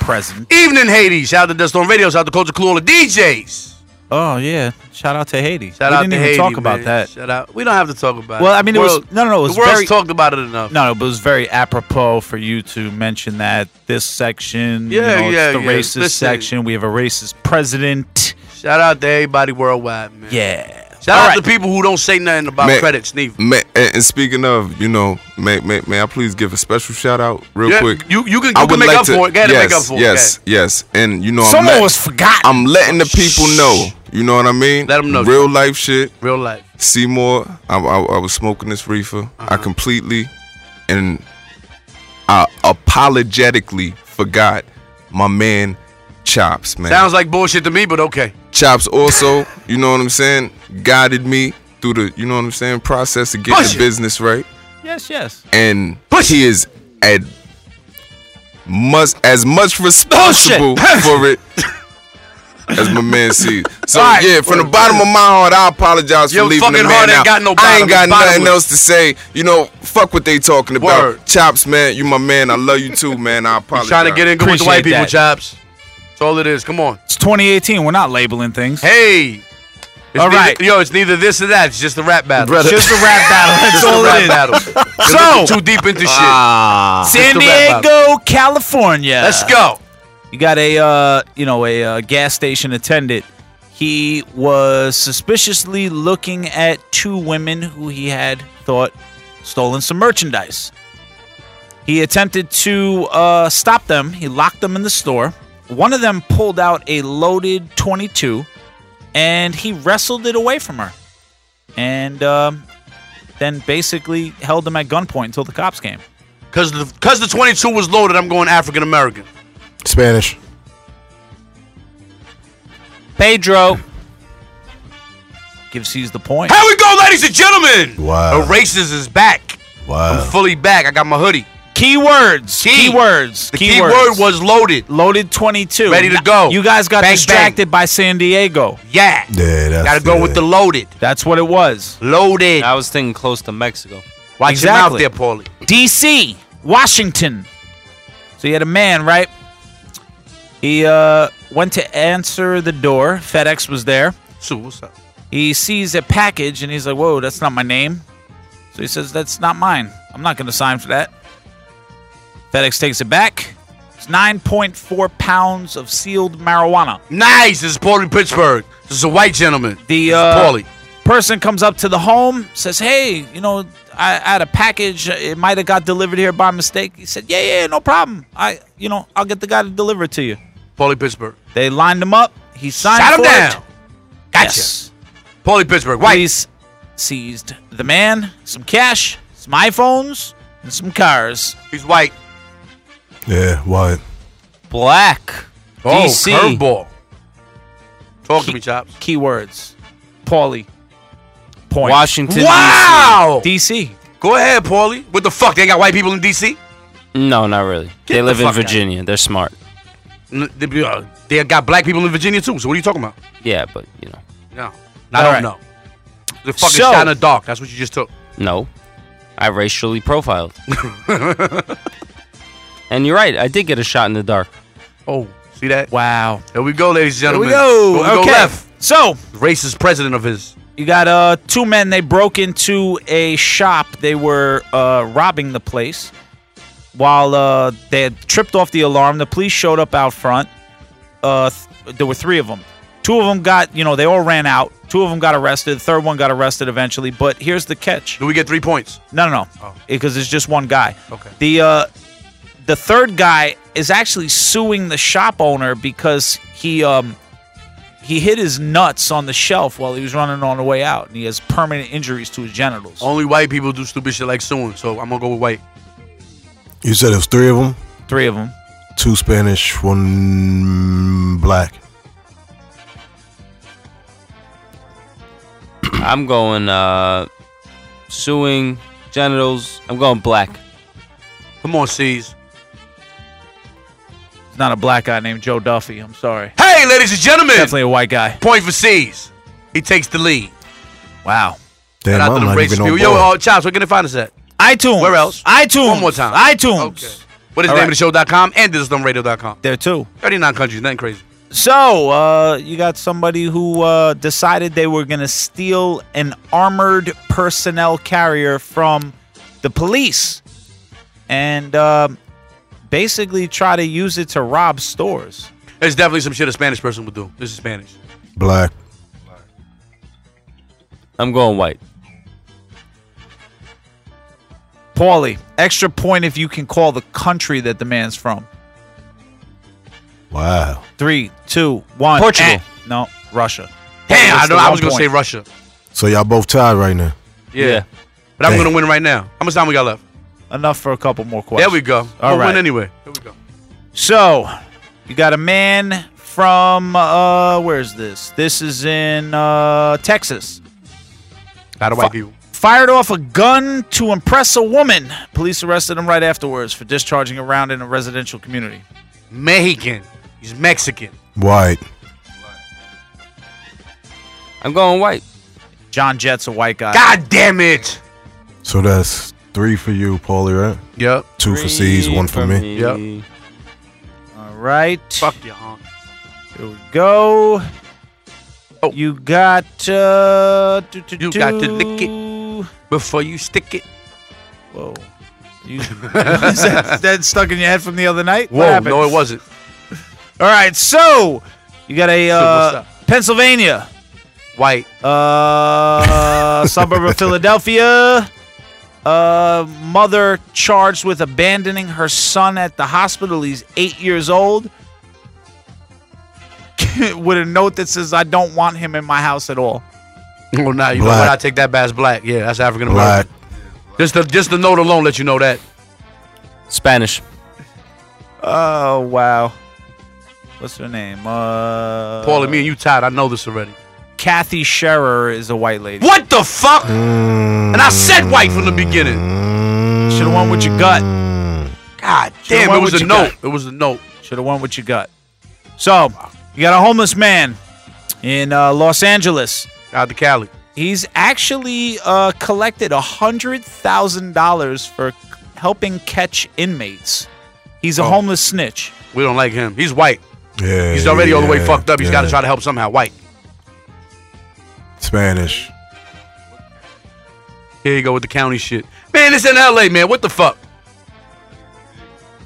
Speaker 5: Present. Evening, Hades. Shout out to Dust on Radio. Shout out to Culture Clue, all the DJs.
Speaker 4: Oh yeah, shout out to Haiti.
Speaker 5: Shout
Speaker 4: we
Speaker 5: out
Speaker 4: didn't
Speaker 5: to
Speaker 4: even
Speaker 5: Haiti,
Speaker 4: talk about
Speaker 5: man.
Speaker 4: that.
Speaker 5: Shout out. We don't have to talk about
Speaker 4: Well,
Speaker 5: it.
Speaker 4: I mean, it was- no, no, no, it was
Speaker 5: the world's
Speaker 4: very-
Speaker 5: talked about it enough.
Speaker 4: No, no, but it was very apropos for you to mention that this section, you
Speaker 5: Yeah,
Speaker 4: know,
Speaker 5: yeah,
Speaker 4: it's the
Speaker 5: yeah.
Speaker 4: racist
Speaker 5: Listen.
Speaker 4: section. We have a racist president.
Speaker 5: Shout out to everybody worldwide, man.
Speaker 4: Yeah.
Speaker 5: Shout out to people who don't say nothing about
Speaker 10: May-
Speaker 5: credits, neither.
Speaker 10: may- and, and speaking of, you know, may, may, may I please give a special shout out real
Speaker 5: Yeah,
Speaker 10: quick?
Speaker 5: you- you can-
Speaker 10: I
Speaker 5: you can
Speaker 10: would
Speaker 5: make
Speaker 10: like
Speaker 5: up for it. Go ahead and
Speaker 10: yes,
Speaker 5: make up for it.
Speaker 10: Yes, yes. And you know,
Speaker 5: Someone
Speaker 10: I'm let-
Speaker 5: was forgotten.
Speaker 10: I'm letting the people know. You know what I mean? Let them
Speaker 5: know.
Speaker 10: Real life shit.
Speaker 5: Real life.
Speaker 10: Seymour, I, I, I was smoking this reefer. I completely and I apologetically forgot my man Chops, man.
Speaker 5: Sounds like bullshit to me, but okay.
Speaker 10: Chops also, you know what I'm saying, guided me through the, you know what I'm saying, process of getting
Speaker 4: Push it.
Speaker 10: the business right.
Speaker 4: Yes, yes.
Speaker 10: And he is at must as much responsible
Speaker 5: Oh,
Speaker 10: for it as my man sees. So
Speaker 5: All right.
Speaker 10: yeah, from the bottom of my heart, I apologize
Speaker 5: Your
Speaker 10: for leaving the
Speaker 5: fucking
Speaker 10: man
Speaker 5: heart ain't
Speaker 10: out.
Speaker 5: got no
Speaker 10: I
Speaker 5: bottom,
Speaker 10: ain't got
Speaker 5: it's
Speaker 10: nothing
Speaker 5: bottomless.
Speaker 10: else to say. You know, fuck what they talking about.
Speaker 5: Word.
Speaker 10: Chops, man, you my man. I love you too, man. I apologize.
Speaker 5: Trying to get in good with the white people, chops. That's all it is. Come on.
Speaker 4: It's 2018. We're not labeling things.
Speaker 5: Hey, It's
Speaker 4: All
Speaker 5: neither-
Speaker 4: right.
Speaker 5: yo, it's neither this or that. It's just a rap battle.
Speaker 4: Brother. Just a rap battle. That's
Speaker 5: Just a
Speaker 4: all it
Speaker 5: rap
Speaker 4: is.
Speaker 5: battle. You're
Speaker 4: So- Ah.
Speaker 5: looking too deep into shit. Just a
Speaker 4: San
Speaker 5: rap battle.
Speaker 4: Diego, California.
Speaker 5: Let's go.
Speaker 4: You got a uh, you know a uh, gas station attendant. He was suspiciously looking at two women who he had thought stolen some merchandise. He attempted to uh, stop them. He locked them in the store. One of them pulled out a loaded 22, and he wrestled it away from her, and um, then basically held them at gunpoint until the cops came.
Speaker 5: Cause the cause the 22 was loaded. I'm going African American.
Speaker 6: Spanish.
Speaker 4: Pedro gives he's the point.
Speaker 5: Here we go, ladies and gentlemen.
Speaker 6: Wow.
Speaker 5: The races is back.
Speaker 6: Wow.
Speaker 5: I'm fully back. I got my hoodie.
Speaker 4: Keywords.
Speaker 5: Key.
Speaker 4: Keywords.
Speaker 5: The key word was loaded.
Speaker 4: Loaded 22.
Speaker 5: Ready to go.
Speaker 4: You guys got
Speaker 5: Bang,
Speaker 4: distracted by San Diego.
Speaker 5: Yeah.
Speaker 6: Yeah, that's
Speaker 5: Gotta go with the loaded.
Speaker 4: That's what it was.
Speaker 5: Loaded.
Speaker 2: I was thinking close to Mexico.
Speaker 5: Watch
Speaker 4: Exactly.
Speaker 5: your mouth there, Paulie.
Speaker 4: DC, Washington. So you had a man, right? He uh, went to answer the door. FedEx was there.
Speaker 5: So what's up?
Speaker 4: He sees a package and he's like, "Whoa, that's not my name." So he says, "That's not mine. I'm not going to sign for that." FedEx takes it back. It's 9.4 pounds of sealed marijuana.
Speaker 5: Nice. This is Paulie Pittsburgh. This is a white gentleman.
Speaker 4: The
Speaker 5: this
Speaker 4: uh,
Speaker 5: is Paulie.
Speaker 4: person comes up to the home, says, "Hey, you know, I, I had a package. It might have got delivered here by mistake." He said, "Yeah, yeah, no problem. I, you know, I'll get the guy to deliver it to you."
Speaker 5: Paulie Pittsburgh.
Speaker 4: They lined him up. He signed.
Speaker 5: Shot him
Speaker 4: for it.
Speaker 5: down. Gotcha. Paulie Pittsburgh. White.
Speaker 4: Police seized the man, some cash, some iPhones, and some cars.
Speaker 5: He's white.
Speaker 6: Yeah, what?
Speaker 4: Black.
Speaker 5: Oh,
Speaker 4: DC.
Speaker 5: curveball. Talk to me, Chops.
Speaker 4: Keywords. Paulie. Point.
Speaker 2: Washington,
Speaker 5: Wow.
Speaker 4: DC.
Speaker 5: Go ahead, Paulie. What the fuck? They got white people in D.C.
Speaker 2: No, not really.
Speaker 5: the
Speaker 2: they live in
Speaker 5: fuck out.
Speaker 2: Virginia. They're smart.
Speaker 5: N- They be, uh, they got black people in Virginia too. So what are you talking about?
Speaker 2: Yeah, but you know,
Speaker 5: No, I
Speaker 2: All
Speaker 5: don't
Speaker 2: right.
Speaker 5: know. The fucking
Speaker 2: So-
Speaker 5: shot in the dark. That's what you just took.
Speaker 2: no, I racially profiled. and you're right. I did get a shot in the dark.
Speaker 5: Oh, see that?
Speaker 4: Wow.
Speaker 5: Here we go, ladies and
Speaker 2: Here we
Speaker 5: gentlemen.
Speaker 2: go.
Speaker 5: Here we
Speaker 2: Okay.
Speaker 5: go left.
Speaker 4: So
Speaker 5: racist president of his.
Speaker 4: You got uh two men. They broke into a shop. They were uh, robbing the place. While uh, they had tripped off the alarm, the police showed up out front. Uh, th- there were three of them. Two of them got, you know, they all ran out. Two of them got arrested. The third one got arrested eventually. But here's the catch.
Speaker 5: Do we get three points? Oh.
Speaker 4: No, no, no. Because it's just one guy.
Speaker 5: Okay.
Speaker 4: The uh, the third guy is actually suing the shop owner because he um he hit his nuts on the shelf while he was running on the way out, and he has permanent injuries to his genitals.
Speaker 5: Only white people do stupid shit like suing. So I'm gonna go with white.
Speaker 6: You said it was three of them.
Speaker 4: Three of them.
Speaker 6: Two Spanish, one black.
Speaker 2: I'm going uh suing genitals. I'm going black.
Speaker 5: Come on, C's.
Speaker 4: It's not a black guy named Joe Duffy. I'm sorry.
Speaker 5: Hey, ladies and gentlemen.
Speaker 4: Definitely a white guy.
Speaker 5: Point for C's. He takes the lead.
Speaker 4: Wow.
Speaker 5: Shout
Speaker 6: Damn,
Speaker 5: out
Speaker 6: I'm
Speaker 5: to them
Speaker 6: not
Speaker 5: racist
Speaker 6: even on
Speaker 5: people. Yo,
Speaker 6: board.
Speaker 5: uh, Chops, where can they find us at?
Speaker 4: iTunes.
Speaker 5: Where else?
Speaker 4: iTunes.
Speaker 5: One more time.
Speaker 4: iTunes.
Speaker 5: What is the name
Speaker 4: All right.
Speaker 5: of the show.com and thisisdumbradio.com?
Speaker 4: There too.
Speaker 5: 39 countries, nothing crazy.
Speaker 4: So, uh, you got somebody who uh, decided they were going to steal an armored personnel carrier from the police and uh, basically try to use it to rob stores.
Speaker 5: There's definitely some shit a Spanish person would do. This is Spanish.
Speaker 6: Black.
Speaker 2: I'm going white.
Speaker 4: Paulie, extra point if you can call the country that the man's from.
Speaker 6: Wow.
Speaker 4: Three, two, one.
Speaker 6: Portugal.
Speaker 4: Eh. No, Russia.
Speaker 5: Damn,
Speaker 4: That's
Speaker 5: I, know,
Speaker 4: the
Speaker 5: I
Speaker 4: one
Speaker 5: was going to
Speaker 4: point.
Speaker 5: say Russia.
Speaker 6: So y'all both tied right now.
Speaker 5: Yeah. But I'm
Speaker 6: Damn.
Speaker 5: going to win right now. How much time we got left?
Speaker 4: Enough for a couple more questions.
Speaker 5: There we go.
Speaker 4: All
Speaker 5: we'll
Speaker 4: right.
Speaker 5: win anyway.
Speaker 4: So, you got a man from uh where's this? This is in uh Texas.
Speaker 5: Got a white people.
Speaker 4: Fired off a gun to impress a woman. Police arrested him right afterwards for discharging a round in a residential community.
Speaker 5: Mexican. He's Mexican.
Speaker 6: White.
Speaker 2: I'm going white.
Speaker 4: John Jett's a white guy.
Speaker 5: God damn it.
Speaker 6: So that's three for you, Paulie, right?
Speaker 5: Yep.
Speaker 6: Two for C's, one for me.
Speaker 5: Yep.
Speaker 4: All right.
Speaker 5: Fuck you, honk.
Speaker 4: Here we go. You got uh,
Speaker 5: Oh. You got to lick it before you stick it.
Speaker 4: Whoa. You, is that, that stuck in your head from the other night? What
Speaker 5: Whoa,
Speaker 4: happened?
Speaker 5: no, it wasn't.
Speaker 4: All right, so you got a
Speaker 5: what's
Speaker 4: uh, Pennsylvania
Speaker 5: white
Speaker 4: uh, suburb of Philadelphia. Uh, mother charged with abandoning her son at the hospital. He's eight years old. with a note that says, "I don't want him in my house at all."
Speaker 5: Well, now you know
Speaker 4: Black.
Speaker 5: what? I take that back. as black. Yeah, that's African American. Just the just the note alone let you know that.
Speaker 2: Spanish.
Speaker 4: Oh wow. What's her name? Uh,
Speaker 5: Paul and me and you tied. I know this already.
Speaker 4: Kathy Scherer is a white lady.
Speaker 5: What the fuck? And I said white from the beginning.
Speaker 4: Should have won with your gut.
Speaker 5: God
Speaker 4: Should've
Speaker 5: damn,
Speaker 4: won
Speaker 5: it was
Speaker 4: with
Speaker 5: a
Speaker 4: your
Speaker 5: note.
Speaker 4: gut.
Speaker 5: It was a note.
Speaker 4: Should have won with your gut. So, you got a homeless man in uh, Los Angeles.
Speaker 5: Out to Cali.
Speaker 4: He's actually uh, collected $100,000 for c- helping catch inmates. He's a homeless snitch.
Speaker 5: Oh. We don't like him. He's white.
Speaker 6: Yeah,
Speaker 5: He's already all the way
Speaker 6: yeah,
Speaker 5: fucked up. He's got to
Speaker 6: yeah.
Speaker 5: try to help somehow. White.
Speaker 6: Spanish.
Speaker 5: Here you go with the county shit. Man, it's in L.A. Man, what the fuck?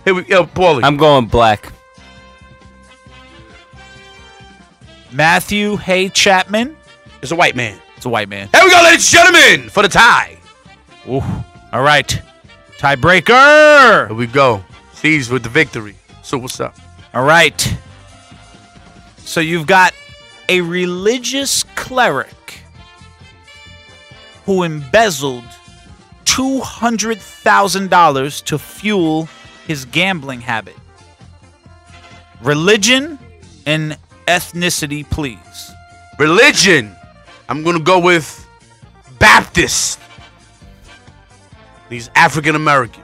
Speaker 5: Here we, yo, Paulie.
Speaker 2: I'm going black.
Speaker 4: Matthew Hay Chapman
Speaker 5: is a white man.
Speaker 4: It's a white man.
Speaker 5: Here we go, ladies and gentlemen, for the tie.
Speaker 4: Ooh. All right. Tiebreaker.
Speaker 5: Here we go. Steve's with the victory. So what's up?
Speaker 4: All right. So you've got a religious cleric who embezzled $200,000 to fuel his gambling habit. Religion and ethnicity, please.
Speaker 5: Religion. I'm gonna go with Baptist. He's African American.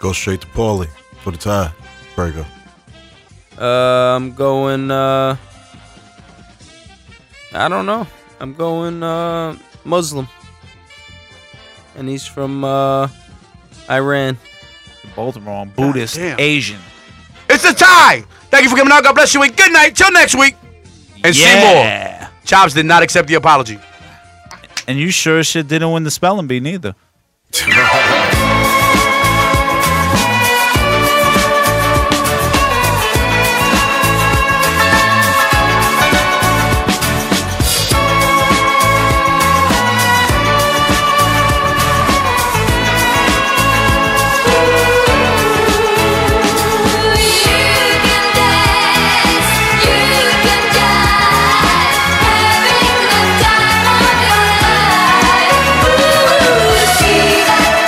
Speaker 6: Go straight to Paulie for the tie. Breaker.
Speaker 2: Uh, I'm going. Uh, I don't know. I'm going uh, Muslim, and he's from uh, Iran.
Speaker 4: Both wrong. Buddhist,
Speaker 5: damn.
Speaker 4: Asian.
Speaker 5: It's a tie. Thank you for coming out. God bless you and good night. Till next week. And see
Speaker 4: Yeah.
Speaker 5: more. Chops did not accept the apology.
Speaker 4: And you sure as shit didn't win the spelling bee neither.
Speaker 7: Ooh, see that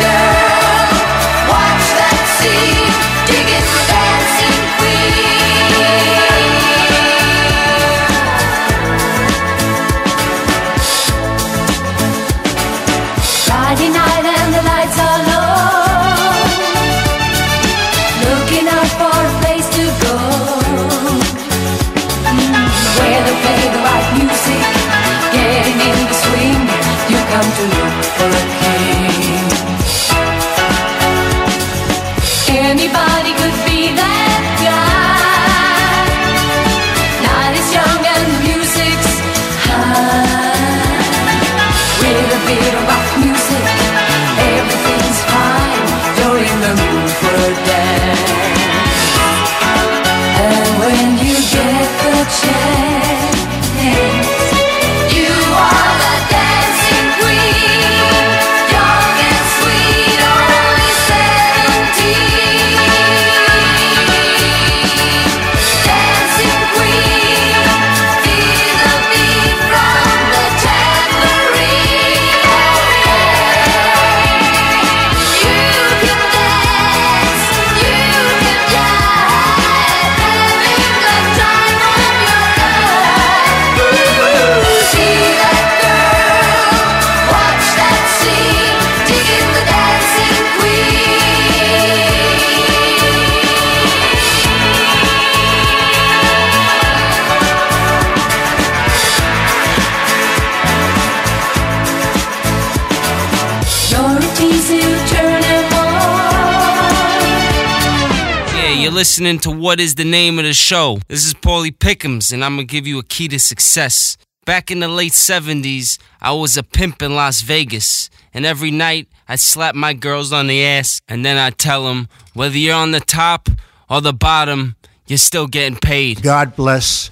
Speaker 2: You're listening to What is the Name of the Show? This is Paulie Pickums, and I'm going to give you a key to success. Back in the late 70s, I was a pimp in Las Vegas, and every night I'd slap my girls on the ass, and then I'd tell them whether you're on the top or the bottom, you're still getting paid.
Speaker 1: God bless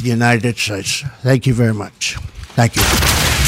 Speaker 1: the United States. Thank you very much. Thank you.